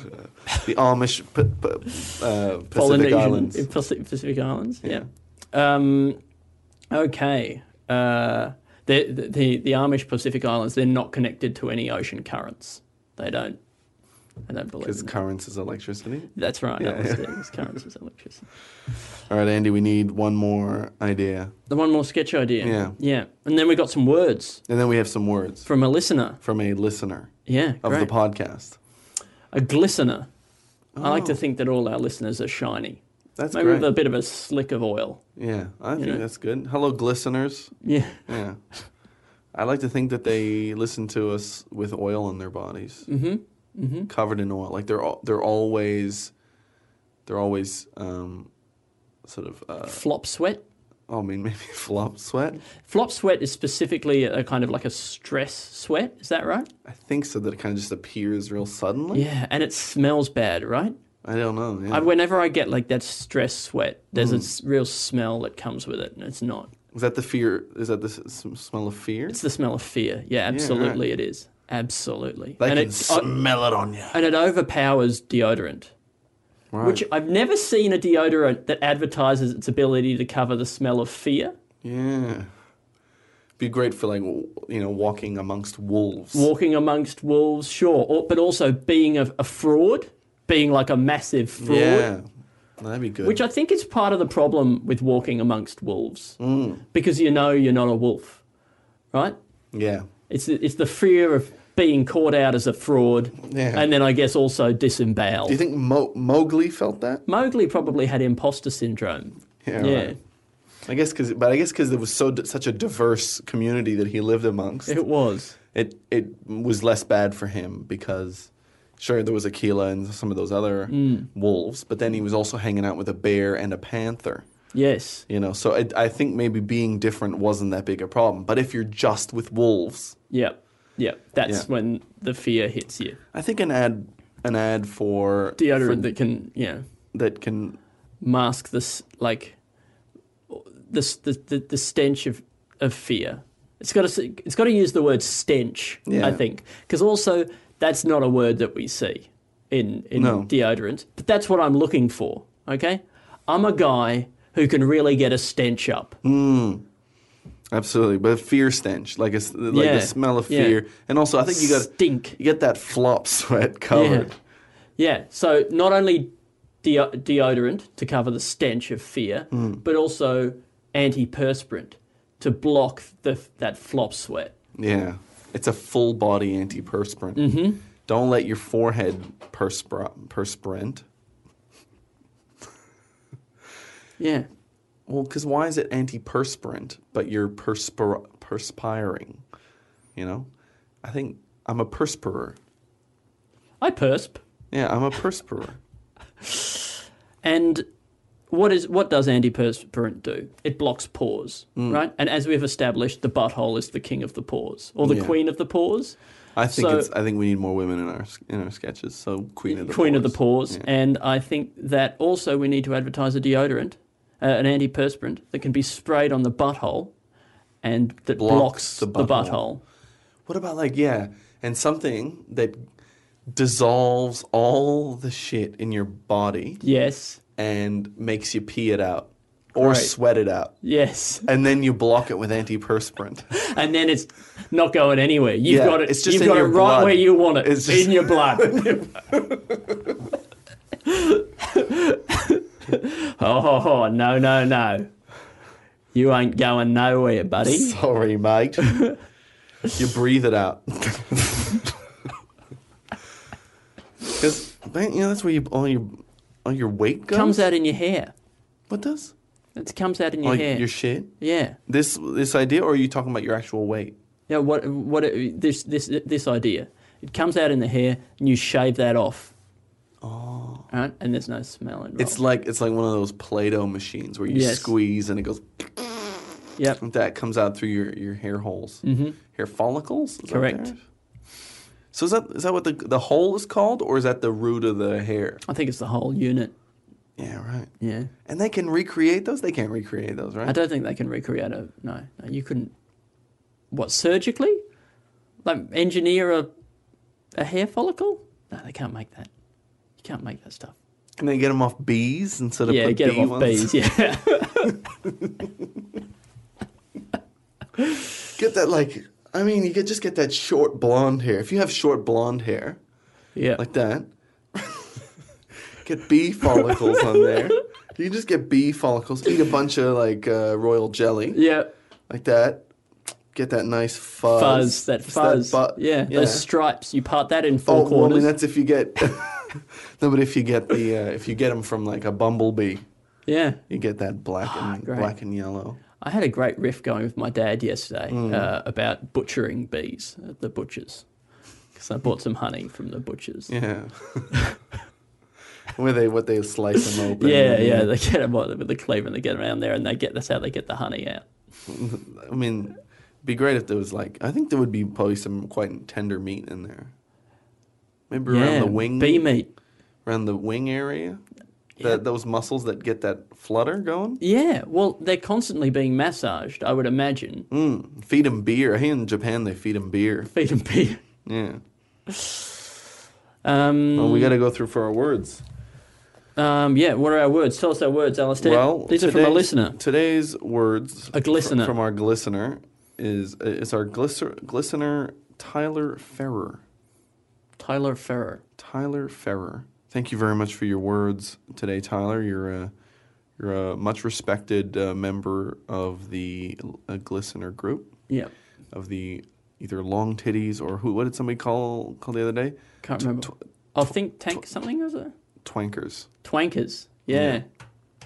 the Amish p- p- uh, Pacific Polynesian Islands. in Paci- Pacific Islands. Yeah. Um, okay. Uh, the, the- the the Amish Pacific Islands. They're not connected to any ocean currents. They don't. I don't believe. Because in that. currents is electricity. That's right. Yeah, that was yeah. the it was currents was electricity. All right, Andy, we need one more idea, The one more sketch idea. Yeah. Yeah. And then we got some words and then we have some words from a listener. from a listener Yeah. of great. the podcast. A glistener. I like to think that all our listeners are shiny. Oh. That's Maybe great. with a bit of a slick of oil. yeah, I think know. that's good. Hello, glisteners. Yeah. Yeah, I like to think that they listen to us with oil on their bodies, mm-hmm. Mm-hmm. covered in oil. Like they're al- they're always they're always um, sort of. Uh, oh, Flop sweat. I mean, maybe flop sweat. Flop sweat is specifically a kind of like a stress sweat. Is that right? I think so. That it kind of just appears real suddenly. Yeah. Mm. And it smells bad, right? I don't know. Yeah. I, whenever I get like that stress sweat, there's a s- real smell that comes with it, and it's not. is that the fear? Is that the s- s- smell of fear? It's the smell of fear. Yeah, absolutely, it is. Absolutely, They and can it's uh, smell it on you. and it overpowers deodorant. Which I've never seen a deodorant that advertises its ability to cover the smell of fear. Yeah. Be great for like w- you know walking amongst wolves. Walking amongst wolves, sure, or, but also being a, a fraud, being like a massive fraud. yeah, that'd be good. Which I think is part of the problem with walking amongst wolves, Mm. because you know you're not a wolf, right? yeah, It's the, it's the fear of being caught out as a fraud, Yeah. and then I guess also disembowel. do you think Mo- Mowgli felt that? Mowgli probably had imposter syndrome. Yeah, right. I guess because, but I guess because it was so d- such a diverse community that he lived amongst, it was. it it was less bad for him because sure there was Aquila and some of those other wolves, but then he was also hanging out with a bear and a panther. Yes. You know, so I, I think maybe being different wasn't that big a problem. But if you're just with wolves, Yep. Yep. That's Yeah. when the fear hits you. I think an ad an ad for Deodorant for- that can, you know, that can mask this like this the, the, the stench of, of fear. It's got to it's got to use the word stench, I Yeah. think, because also that's not a word that we see in in No. deodorant. But that's what I'm looking for. Okay, I'm a guy who can really get a stench up. absolutely, but fear stench like a s- like Yeah, the smell of yeah. fear, and also I think you got Stink. You get that flop sweat covered. Yeah. So not only deo- deodorant to cover the stench of fear, Hmm. but also antiperspirant to block the, that flop sweat. Yeah, it's a full body antiperspirant. Mm-hmm. Don't let your forehead perspir- perspirant. Yeah. Well, because why is it antiperspirant, but you're perspir- perspiring? You know, I think I'm a perspirer. I persp. Yeah, I'm a perspirer. And what is what does antiperspirant do? It blocks pores, Hmm. right? And as we've established, the butthole is the king of the pores or the Yeah. queen of the pores. I think So- it's. I think we need more women in our s- in our sketches. So queen of the Queen pores. of the pores, and I think that also we need to advertise a deodorant, uh, an antiperspirant that can be sprayed on the butthole, and that blocks, Blocks the the butthole. butthole. What about like yeah, and something that dissolves all the shit in your body Yes, and makes you pee it out or Great. sweat it out, yes, and then you block it with antiperspirant. and then it's not going anywhere. You've Yeah, got it. it's just you've in got it your right blood. where you want it. It's just- in your blood. oh, ho, ho, no, no, no! You ain't going nowhere, buddy. Sorry, mate. you breathe it out. Because you know that's where you, all your all your weight goes. comes out in your hair. What does? It comes out in your Like hair. your shit. yeah. This this idea, or are you talking about your actual weight? Yeah, what what this this this idea? It comes out in the hair, and you shave that off. Oh. Right? And there's no smell involved. It's like it's like one of those Play-Doh machines where you Yes. squeeze and it goes. yep. That comes out through your, your hair holes, mm-hmm. hair follicles. Is that what Correct. they're- So is that is that what the the hole is called, or is that the root of the hair? I think it's the whole unit. Yeah, right. Yeah. And they can recreate those. They can't recreate those, right? I don't think they can recreate a no. No, you couldn't. What surgically? Like engineer a a hair follicle? No, they can't make that. You can't make that stuff. Can they get them off bees instead of yeah, put get bee them off ones? bees. Yeah. Get that like I mean, you could just get that short blonde hair. If you have short blonde hair, yeah. like that. get bee follicles on there. You can just get bee follicles. Eat a bunch of like uh, royal jelly, yeah. like that. Get that nice fuzz. Fuzz, that Just fuzz. bu- yeah, those stripes. You part that in four oh, well, I corners. mean that's if you get. no, but if you get the uh, if you get them from like a bumblebee, yeah. you get that black Ah, and Great. black and yellow. I had a great riff going with my dad yesterday Hmm. uh, about butchering bees at the butchers because I bought some honey from the butchers. Yeah, Yeah. Where they what they slice them open. yeah, and- they get them with the cleaver and they get around there and they get that's how they get the honey out. I mean, it'd be great if there was like I think there would be probably some quite tender meat in there. Maybe Yeah, around the wing, bee meat. around the wing area? That those muscles that get that flutter going? Yeah, well, they're constantly being massaged, I would imagine. Hmm. Feed them beer. Hey, in Japan they feed them beer. Feed and beer. Yeah. Um, Well, we got to go through for our words. um, yeah, what are our words? Tell us our words, Alistair. Well, These are from a today's- listener. Today's words A glistener. fr- from our glistener is is our glister, glistener Tyler Ferrer. Tyler Ferrer. Tyler Ferrer. Thank you very much for your words today, Tyler. You're a you're a much respected uh, member of the uh, glistener group Yeah, of the either long titties or who what did somebody call call the other day? can't remember. I think tank something, was it? Twankers. Twankers. Yeah.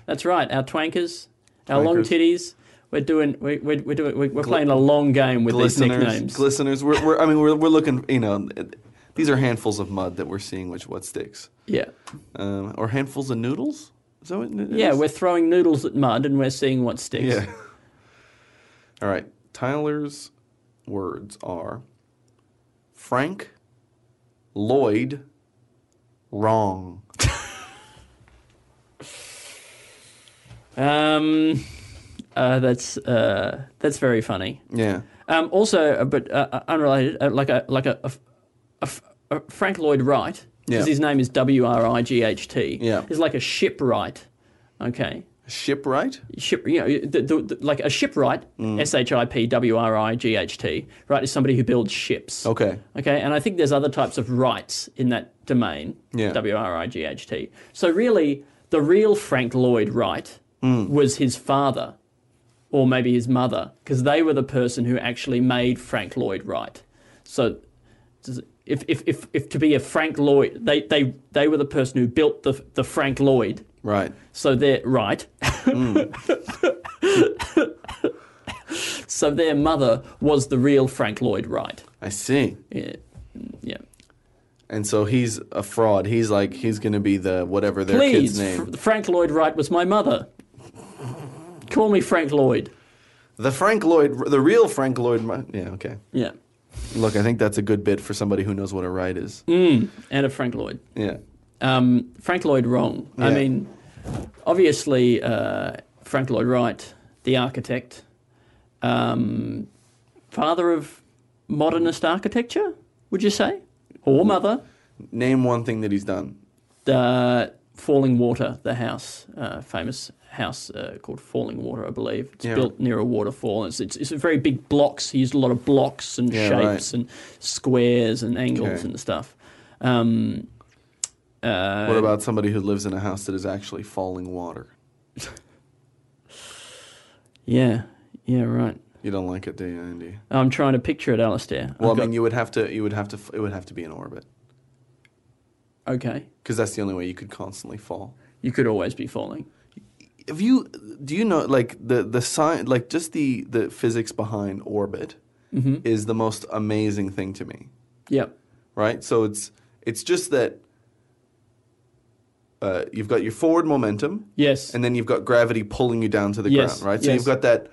That's right. Our twankers, our long titties. We're doing. We're we're, we're, doing, we're, we're playing a long game with these Glisteners, nicknames. glisteners. We're, we're, I mean, we're, we're looking. You know, it- these are handfuls of mud that we're seeing which what sticks. yeah. Um, or handfuls of noodles? Is that what it is? Yeah. We're throwing noodles at mud and we're seeing what sticks. Yeah. All right. Tyler's words are Frank, Lloyd, wrong. Um, uh, that's uh, that's very funny. Yeah. Um, also, uh, but uh, uh, unrelated, uh, like a like a, a, a- a Frank Lloyd Wright, because Yeah. his name is W R I G H T. Yeah. is like a shipwright. Okay, Shipwright? ship, you know, the, the, the- like a shipwright, Mm. S H I P W R I G H T, right, is somebody who builds ships. Okay. Okay, and I think there's other types of rights in that domain, Yeah. W R I G H T. So really, the real Frank Lloyd Wright Mm. was his father, or maybe his mother, because they were the person who actually made Frank Lloyd Wright. So if, if, if, if to be a Frank Lloyd, they, they, they were the person who built the, the Frank Lloyd. Right. So they're right. so their mother was the real Frank Lloyd Wright. I see. Yeah. Yeah. And so he's a fraud. He's like, he's going to be the whatever their kid's Please, name. Fr- Frank Lloyd Wright was my mother. Call me Frank Lloyd. the Frank Lloyd, the real Frank Lloyd. Mi- Yeah, okay. Yeah. Look, I think that's a good bit for somebody who knows what a right is. And a Frank Lloyd. Yeah. Um, Frank Lloyd Wrong. I Yeah. mean, obviously, uh, Frank Lloyd Wright, the architect, um, father of modernist architecture, would you say? Or mother? Name one thing that he's done. the Falling Water, the house, uh, famous house uh, called Falling Water, I believe. It's Yeah. built near a waterfall. It's, it's it's a very big blocks. He used a lot of blocks and Yeah, shapes right. and squares and angles Okay. and stuff. Um, uh, What about somebody who lives in a house that is actually falling water? yeah, yeah, right. You don't like it, do you, Andy? I'm trying to picture it, Alistair. Well, I've I mean, you would have to, you would have to, f- it would have to be in orbit got- okay. because that's the only way you could constantly fall. You could always be falling. If you, do you know, like the the science, like just the the physics behind orbit is the most amazing thing to me, Yep. right? So it's it's just that uh, you've got your forward momentum, Yes. and then you've got gravity pulling you down to the Yes, ground, right? So yes. you've got that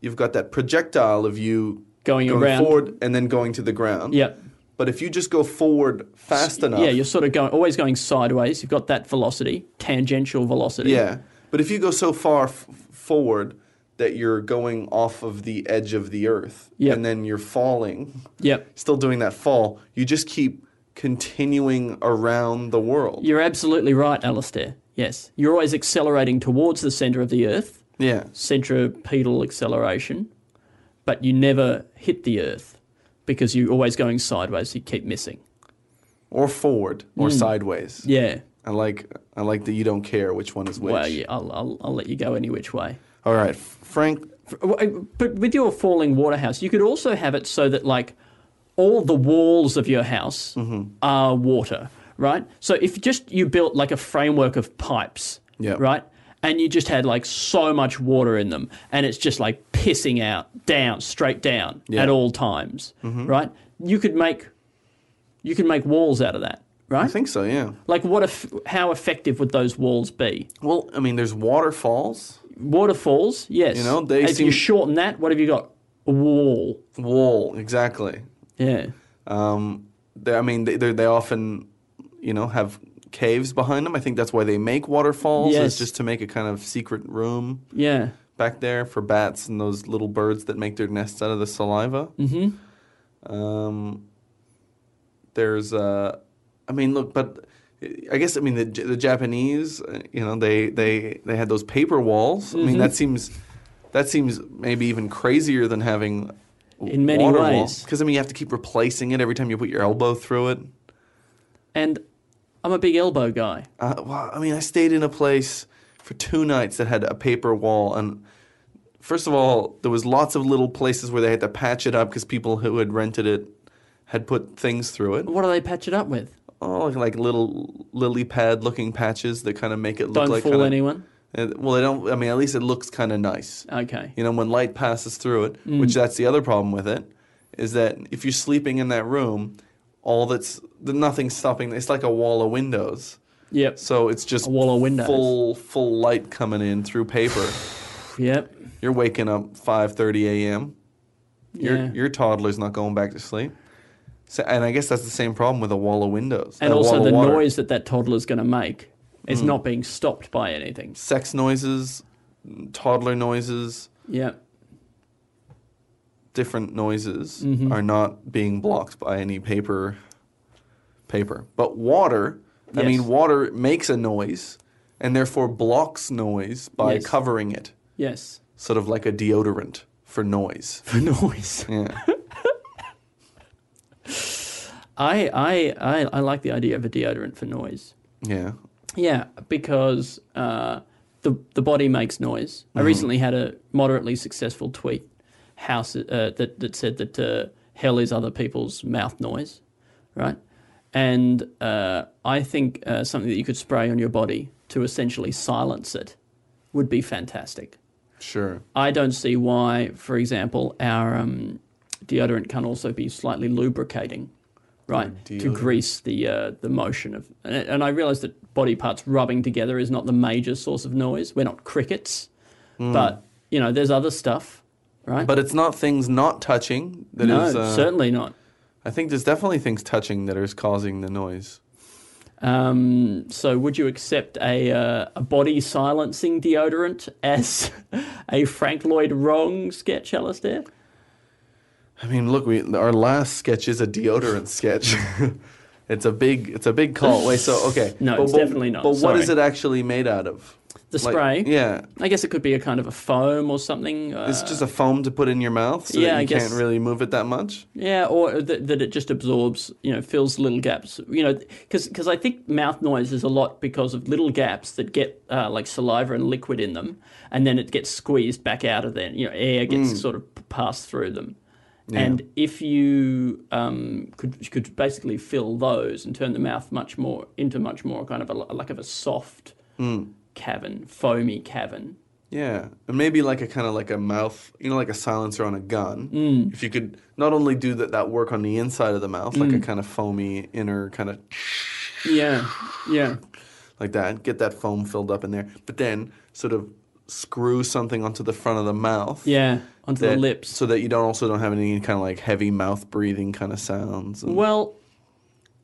you've got that projectile of you Going around. forward and then going to the ground. Yep. But if you just go forward fast enough, yeah, you're sort of going always going sideways. You've got that velocity, tangential velocity. yeah. But if you go so far f- forward that you're going off of the edge of the earth Yep. and then you're falling, Yep. still doing that fall, you just keep continuing around the world. You're absolutely right, Alistair. Yes. You're always accelerating towards the centre of the Earth, yeah. centripetal acceleration, but you never hit the Earth because you're always going sideways. You keep missing. Or forward or sideways. Mm. Yeah. I like I like that you don't care which one is which. Well, yeah, I'll, I'll, I'll let you go any which way. All right, Frank But with your falling water house, you could also have it so that, like, all the walls of your house Mm-hmm. are water, right? So if just you built like a framework of pipes, Yeah. right? And you just had like so much water in them, and it's just like pissing out down, straight down Yeah. at all times, Mm-hmm. right? You could make, you could make walls out of that, right? I think so, yeah. like, what if? How effective would those walls be? Well, I mean, there's waterfalls, Waterfalls, yes. You know, they if you seem- shorten that, what have you got? A wall. wall, exactly. Yeah. Um, they, I mean, they they're- they often, you know, have caves behind them. I think that's why they make waterfalls. Yes. Is just to make a kind of secret room Yeah. back there for bats and those little birds that make their nests out of the saliva. Mm-hmm. Um, there's, uh, I mean, look, but I guess I mean the J- the Japanese, uh, you know, they they they had those paper walls. I mean, Mm-hmm. that seems that seems maybe even crazier than having In many water ways. Because I mean, you have to keep replacing it every time you put your elbow through it. And I'm a big elbow guy. Uh, well, I mean, I stayed in a place for two nights that had a paper wall, and first of all, there was lots of little places where they had to patch it up because people who had rented it had put things through it. What do they patch it up with? Oh, like little lily pad looking patches that kind of make it look Don't like fool kinda- anyone. Uh, well, they don't. I mean, at least it looks kind of nice. Okay. Mm. You know, when light passes through it, which that's the other problem with it, is that if you're sleeping in that room, all that's the nothing's stopping. It's like a wall of windows. Yep. So it's just A wall of windows. full full light coming in through paper. Yep. You're waking up 5:30 a.m. Your Yeah. your toddler's not going back to sleep. So, and I guess that's the same problem with a wall of windows And a wall also of the water. Hmm. noise that that toddler's going to make is not being stopped by anything. sex noises, toddler noises, Yep. different noises Mm-hmm. are not being blocked by any paper paper. But water, I Yes. mean water makes a noise and therefore blocks noise by Yes. covering it. Yes. Sort of like a deodorant for noise. The noise. Yeah. I, I I I like the idea of a deodorant for noise. Yeah. Yeah, because uh, the the body makes noise. I recently had a moderately successful tweet house uh, that that said that uh, hell is other people's mouth noise, right? And uh, I think uh, something that you could spray on your body to essentially silence it would be fantastic. Sure. I don't see why, for example, our um, deodorant can also be slightly lubricating, right, Mm, to grease the uh, the motion of. And, and I realise that body parts rubbing together is not the major source of noise. We're not crickets, but you know, there's other stuff, right? Mm. But it's not things not touching that is. no, uh, certainly not. I think there's definitely things touching that is causing the noise. Um, so, would you accept a uh, a body silencing deodorant as a Frank Lloyd Wrong sketch, Alistair? I mean, look, we our last sketch is a deodorant sketch. it's a big it's a big call. Wait, so okay. No, it's definitely not. But what is it Sorry. actually made out of? The Like- spray. Yeah. I guess it could be a kind of a foam or something. Uh, It's just a foam to put in your mouth so yeah, that I you guess- can't really move it that much. yeah, or that, that it just absorbs, you know, fills little gaps. You know, because I think mouth noise is a lot because of little gaps that get uh, like saliva and liquid in them, and then it gets squeezed back out of them. You know, air Mm. gets sort of passed through them. And if you um, could you could basically fill those and turn the mouth much more into much more kind of a, like of a soft Mm. cavern, foamy cavern. Yeah, and maybe like a kind of like a mouth, you know, like a silencer on a gun. Mm. If you could not only do that that work on the inside of the mouth, like Mm. a kind of foamy inner kind of Yeah, yeah. like that, get that foam filled up in there, but then sort of screw something onto the front of the mouth. Yeah, onto the that- lips. so that you don't also don't have any kind of like heavy mouth breathing kind of sounds. and- well,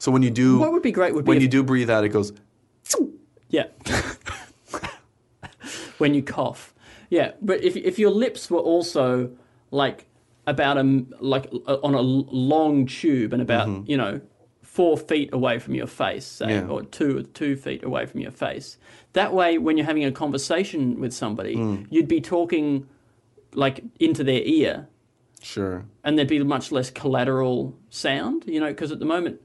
so when you do, what would be great would be when if- you do breathe out, it goes. yeah. when you cough, yeah. But if if your lips were also like about a m- like uh, on a l- long tube and about you know four feet away from your face, say, Yeah. or two two feet away from your face. That way, when you're having a conversation with somebody, you'd be talking like into their ear Sure. and there'd be much less collateral sound, you know, because at the moment,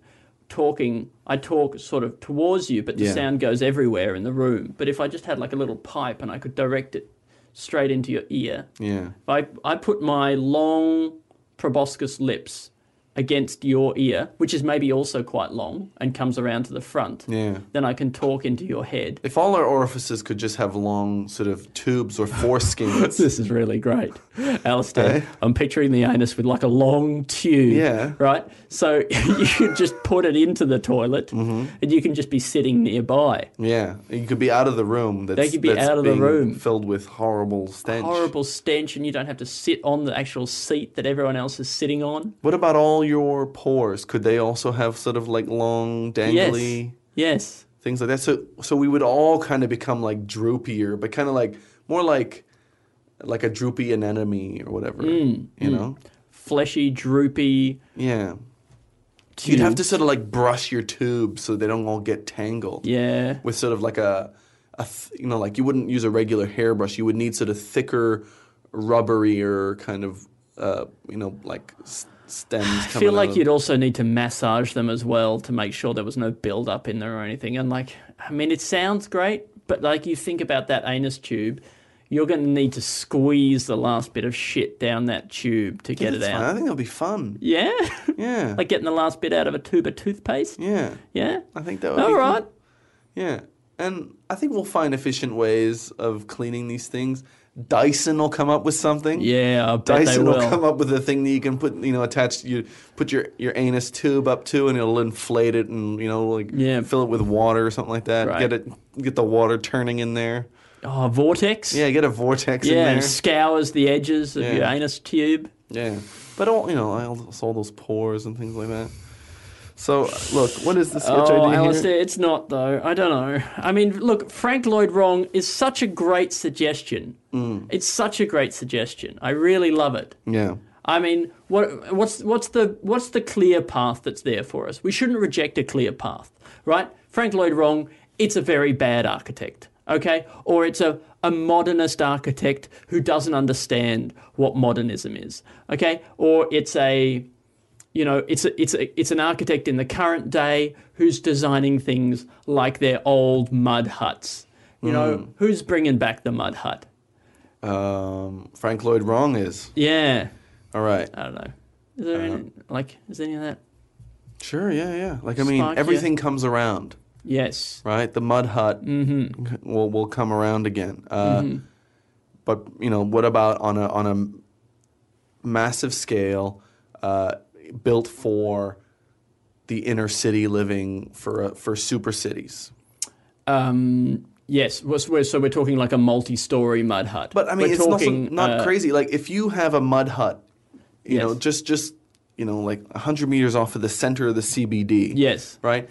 talking, I talk sort of towards you, but the Yeah. sound goes everywhere in the room. But if I just had like a little pipe and I could direct it straight into your ear, Yeah. I, I put my long proboscis lips against your ear, which is maybe also quite long and comes around to the front, Yeah. then I can talk into your head. If all our orifices could just have long sort of tubes or foreskins. This is really great. Alistair, I'm picturing the anus with like a long tube. Yeah. Right? So you could just put it into the toilet Mm-hmm. and you can just be sitting nearby. Yeah, you could be out of the room. That's, could be that's out of the being room. filled with horrible stench. Horrible stench, and you don't have to sit on the actual seat that everyone else is sitting on. What about all your pores? Could they also have sort of like long, Yes. dangly? Yes. things like that. So so we would all kind of become like droopier, but kind of like more like like a droopy anemone or whatever, Mm, you know? Fleshy, droopy. Yeah. You'd have to sort of like brush your tubes so they don't all get tangled. Yeah. With sort of like a, a th- you know, like you wouldn't use a regular hairbrush. You would need sort of thicker, rubberier kind of, uh, you know, like s- stems. I feel like you'd also need to massage them as well to make sure there was no build up in there or anything. And like, I mean, it sounds great, but like you think about that anus tube, you're going to need to squeeze the last bit of shit down that tube to get it out. Fun. I think that'll be fun. Yeah, Yeah. like getting the last bit out of a tube of toothpaste. yeah. Yeah, I think that would be all cool. right. Yeah. And I think we'll find efficient ways of cleaning these things. Dyson will come up with something. Yeah, I bet Dyson they will. will. come up with a thing that you can put, you know, attach you put your your anus tube up to, and it'll inflate it, and you know, like Yeah. fill it with water or something like that. Right. Get it, get the water turning in there. Oh, vortex. Yeah, get a vortex yeah, in and there. scours the edges of Yeah. your anus tube. yeah, but all you know, all, all those pores and things like that. So look, what is this? Which oh, idea Alistair, here? it's not though. I don't know. I mean, look, Frank Lloyd Wrong is such a great suggestion. It's such a great suggestion. I really love it. Yeah, I mean, what what's what's the what's the clear path that's there for us? We shouldn't reject a clear path, right? Frank Lloyd Wrong, it's a very bad architect, okay? Or it's a a modernist architect who doesn't understand what modernism is, okay? Or it's a you know, it's a, it's a, it's an architect in the current day who's designing things like their old mud huts. You know, who's bringing back the mud hut? um, Frank Lloyd Wrong is Yeah, all right. I don't know. Is there any like is there any of that? Sure, yeah, yeah. Like I mean, Spark, yeah. everything comes around, Yes. right? The mud hut Mm-hmm. will will come around again. Uh, But you know, what about on a on a massive scale, uh, built for the inner city living for uh, for super cities? Um, yes. Well, so we're- so we're talking like a multi-story mud hut. But I mean, we're it's talking, not, not uh, crazy. Like if you have a mud hut, you know, Yes. just just you know, like hundred meters off of the center of the CBD. Yes. right?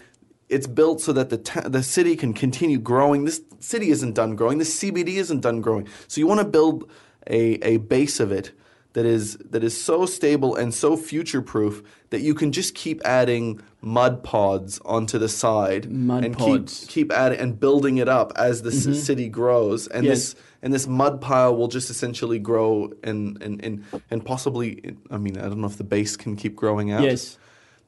It's built so that the ta the city can continue growing. This city isn't done growing. This CBD isn't done growing. So you want to build a, a base of it that is that is so stable and so future proof that you can just keep adding mud pods onto the side Mud and pods. Mm-hmm. keep keep adding and building it up as the c- city grows and Yes. this and this mud pile will just essentially grow and and and, and possibly I mean I don't know if the base can keep growing out Yes.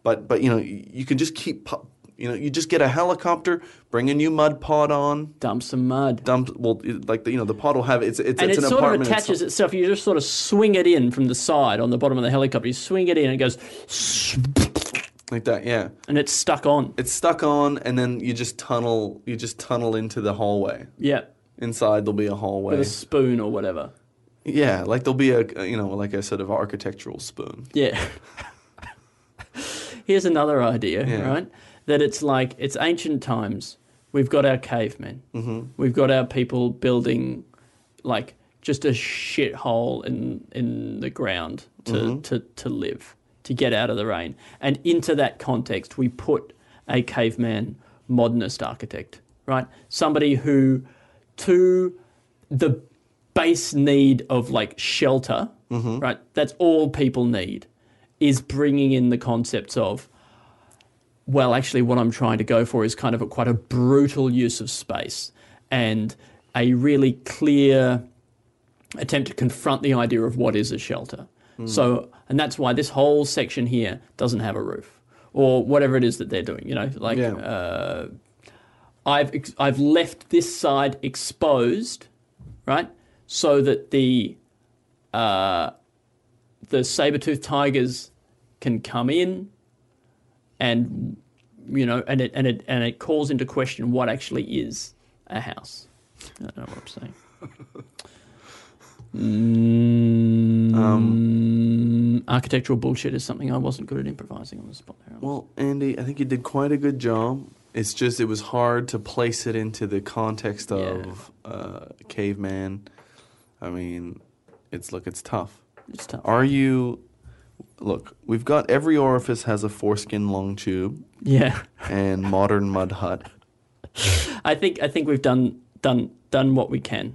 but but you know y- you can just keep pu- you know you just get a helicopter bring a new mud pod on Dump some mud. dump well it- like the, you know the pod will have it's it's, and it's it an sort of apartment it's- attaches itself. You just sort of swing it in from the side on the bottom of the helicopter. You swing it in and it goes, like that yeah and it's stuck on. it's stuck on and then you just tunnel you just tunnel into the hallway Yeah. inside there'll be a hallway With a spoon or whatever. yeah like there'll be a a, you know like a sort of architectural spoon Yeah. Here's another idea, right? That it's like it's ancient times. We've got our cavemen. Mm-hmm. We've got our people building, like just a shithole in in the ground to, to to live to get out of the rain. And into that context, we put a caveman modernist architect, right? Somebody who, to the base need of like shelter, right? That's all people need is bringing in the concepts of, well, actually, what I'm trying to go for is kind of a, quite a brutal use of space and a really clear attempt to confront the idea of what is a shelter. So, and that's why this whole section here doesn't have a roof or whatever it is that they're doing, you know, like Yeah. uh, I've, ex- I've left this side exposed, right? So that the uh, the saber-toothed tigers can come in and you know and it and it and it calls into question what actually is a house i don't know what i'm saying Mm, architectural bullshit is something I wasn't good at improvising on the spot. There. well andy i think you did quite a good job it's just it was hard to place it into the context of uh, caveman i mean it's look it's tough It's tough. Are you? Look, we've got every orifice has a foreskin long tube Yeah, and modern mud hut. I think I think we've done done done what we can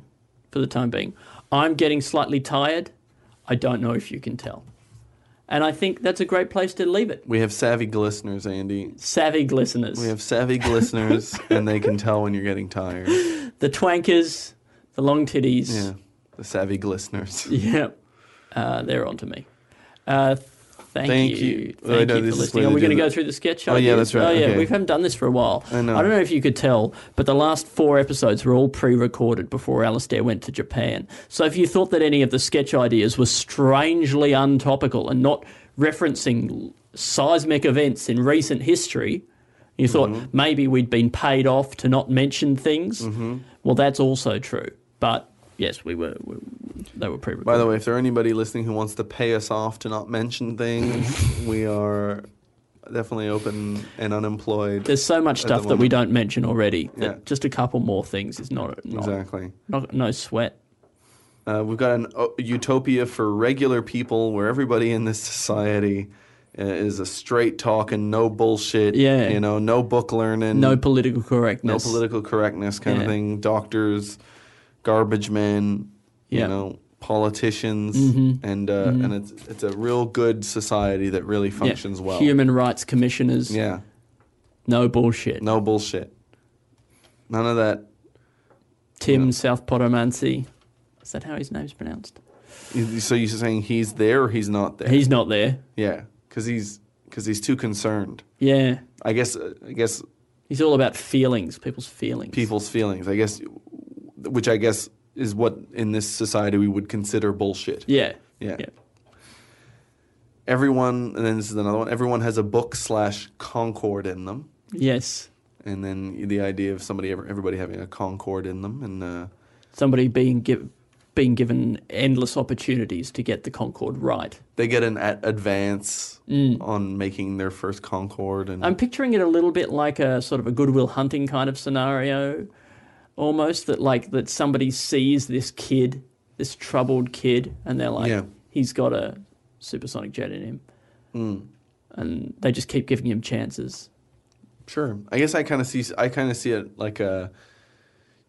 for the time being. I'm getting slightly tired. I don't know if you can tell. And I think that's a great place to leave it. We have savvy glisteners, Andy. Savvy listeners, We have savvy glisteners, and they can tell when you're getting tired. the twankers, the long titties. Yeah, the savvy glisteners. Yep. Uh, they're on to me. Uh, thank, Thank you. you. Thank Oh, I know you this for is listening. where Are they we do going to the- go through the sketch? Oh, yeah, ideas? that's right. Oh, yeah. Okay. We haven't done this for a while. I know. I don't know if you could tell, but the last four episodes were all pre recorded before Alistair went to Japan. So if you thought that any of the sketch ideas were strangely untopical and not referencing seismic events in recent history, you thought Mm-hmm. maybe we'd been paid off to not mention things. Mm-hmm. Well, that's also true. But yes, we were. We, they were pre-recorded. By the way, if there are anybody listening who wants to pay us off to not mention things, we are definitely open and unemployed. There's so much the stuff that we moment. don't mention already. That Yeah. Just a couple more things is not, not, exactly. not no sweat. Uh, we've got an uh, utopia for regular people where everybody in this society uh, is a straight talking, no bullshit. Yeah. You know, no book learning. No political no correctness. political correctness kind Yeah. of thing. Doctors, garbage men, Yeah. Mm-hmm. you know, politicians, and uh, and it's it's a real good society that really Yeah. functions well. Human rights commissioners. Yeah, No bullshit. no bullshit. None of that. Tim South Potomancy. Is that how his name's pronounced? you- So you're saying he's there or he's not there? He's not there. yeah, because he's because he's too concerned. Yeah. I guess uh, I guess He's all about feelings, people's feelings. people's feelings. I guess, which I guess is what in this society we would consider bullshit. Yeah. Yeah. everyone and then this is another one everyone has a book slash concord in them Yes. and then the idea of somebody ever- everybody having a concord in them and uh, Somebody being giv being given endless opportunities to get the Concord right. they get an ad- advance on making their first concord and I'm picturing it a little bit like a sort of a goodwill hunting kind of scenario, almost that like that somebody sees this kid, this troubled kid, and they're like, Yeah. he's got a supersonic jet in him, Hmm. and they just keep giving him chances. sure i guess i kind of see i kind of see it like a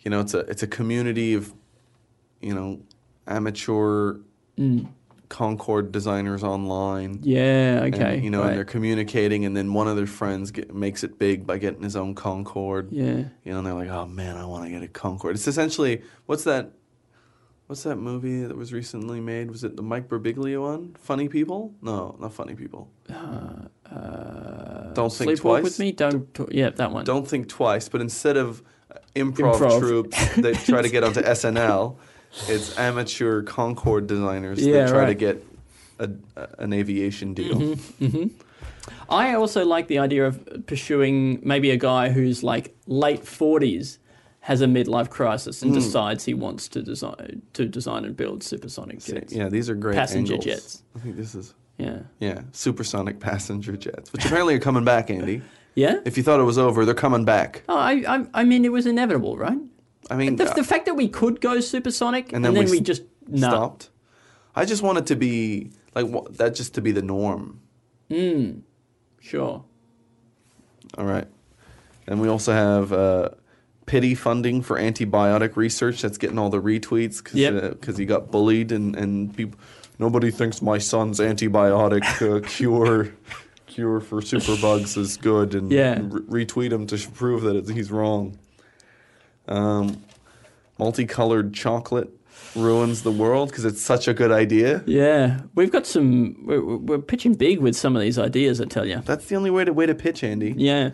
you know it's a it's a community of you know amateur Mm. concord designers online Yeah. And, Okay. you know, right. and they're communicating, and then one of their friends get, makes it big by getting his own Concorde. Yeah. You know, and they're like, "Oh man, I want to get a Concorde." It's essentially what's that? What's that movie that was recently made? Was it the Mike Birbiglio one? Funny People? No, not Funny People. Don't think Uh, Sleepwalk twice. with me. Don't. t- yeah, that one. Don't think twice. But instead of uh, improv, Improv. troops that try to get onto SNL, it's amateur Concorde designers Yeah, that try to right. Mm-hmm. get a, a- an aviation deal. I also like the idea of pursuing maybe a guy who's like late forties has a midlife crisis Hmm. and decides he wants to design to design and build supersonic jets. Yeah, these are great Passenger angles. jets. I think this is Yeah. yeah, supersonic passenger jets, which apparently are coming back, Andy. Yeah. If you thought it was over, they're coming back. Oh, I, I, I mean, it was inevitable, right? I mean, The, uh, the fact that we could go supersonic And and then then, we we, s- just no. stopped. I just want it to be like wha- that, just to be the norm. Sure. All right, and we also have uh, pity funding for antibiotic research. That's getting all the retweets because Yep. he got bullied and and people. Nobody thinks my son's antibiotic uh, cure cure for superbugs is good, and Yeah. re- retweet him to sh- prove that it's, he's wrong. Um, multicolored chocolate ruins the world because it's such a good idea. Yeah, we've got some. We're, we're we're pitching big with some of these ideas. I tell you. That's the only way to way to pitch, Andy. Yeah.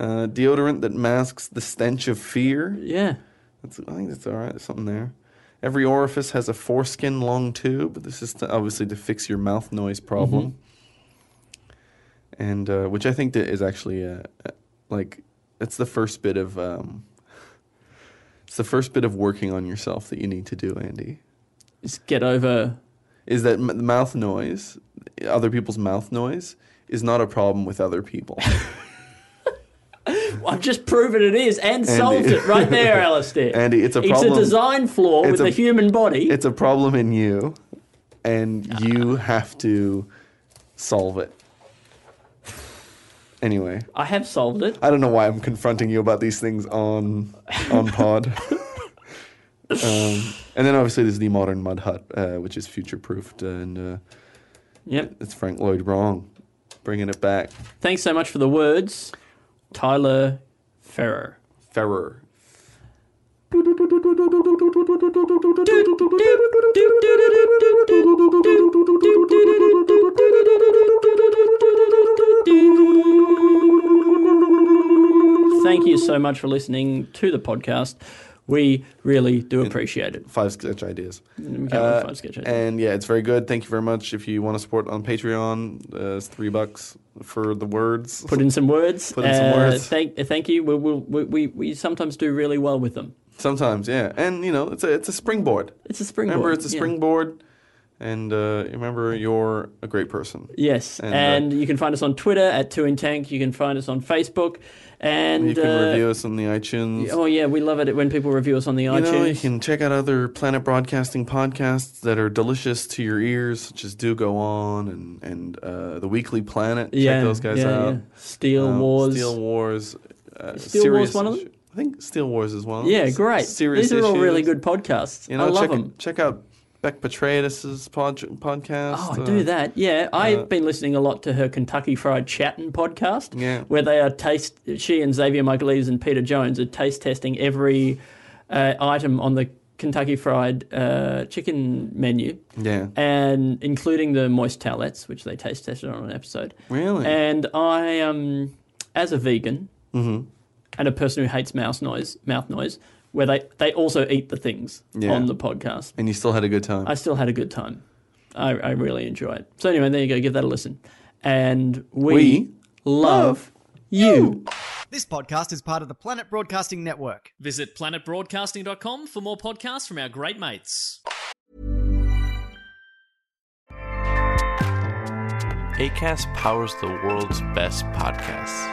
Uh, deodorant that masks the stench of fear. Yeah. That's, I think that's all right. There's something there. Every orifice has a foreskin long tube. This is to, obviously to fix your mouth noise problem, and uh, which I think that is actually uh uh, like it's the first bit of um, it's the first bit of working on yourself that you need to do, Andy. Just get over. Is that m- mouth noise, other people's mouth noise, is not a problem with other people. I've just proven it is and Andy. solved it right there, Alistair. Andy, it's a It's problem. a design flaw It's with a- the human body. it's a problem in you, and you have to solve it. Anyway, I have solved it. I don't know why I'm confronting you about these things on on pod. um, and then obviously there's the modern mud hut, uh, which is future proofed, and uh, Yep. it's Frank Lloyd Wrong bringing it back. Thanks so much for the words, Tyler Ferrer. Ferrer. Thank you so much for listening to the podcast. We really do appreciate it. Five sketch ideas. Uh, We can't really find sketch ideas. And yeah, it's very good. Thank you very much. If you want to support on Patreon, uh, it's three bucks for the words. Put in some words. uh, Put in some words. Thank, thank you. We, we'll- we, we, we sometimes do really well with them. Sometimes, yeah. And you know, it's a it's a springboard. It's a springboard. Remember, it's a yeah. springboard. And uh, remember, you're a great person. Yes, And, and, uh, you can find us on Twitter at Two in Tank. You can find us on Facebook, and You can uh, review us on the iTunes. Oh yeah, we love it when people review us on the you know, you iTunes. can check out other Planet Broadcasting podcasts that are delicious to your ears, such as Do Go On and and uh, the Weekly Planet. yeah, check those guys yeah, out. yeah. Steel Um, Wars. Steel Wars. Uh, Steel Wars one of Issu- them? I think Steel Wars is one. of them. yeah, S- great. Serious These are all really Issues. good podcasts. You know, I love check, them. Check out Beck Petraeus's pod, podcast. Oh, uh, do that. Yeah, I've been listening a lot to her Kentucky Fried Chatting podcast, Yeah. where they are taste. She and Xavier Michael Eaves and Peter Jones are taste testing every uh, item on the Kentucky Fried uh, chicken menu. Yeah. and including the moist towelettes, which they taste tested on an episode. Really? And I, um, as a vegan Mm-hmm. and a person who hates mouse noise, mouth noise, where they, they also eat the things Yeah. on the podcast. And you still had a good time. I still had a good time. I, I really enjoy it. So anyway, there you go. Give that a listen. And we, We love you. This podcast is part of the Planet Broadcasting Network. Visit planetbroadcasting.com for more podcasts from our great mates. ACAST powers the world's best podcasts.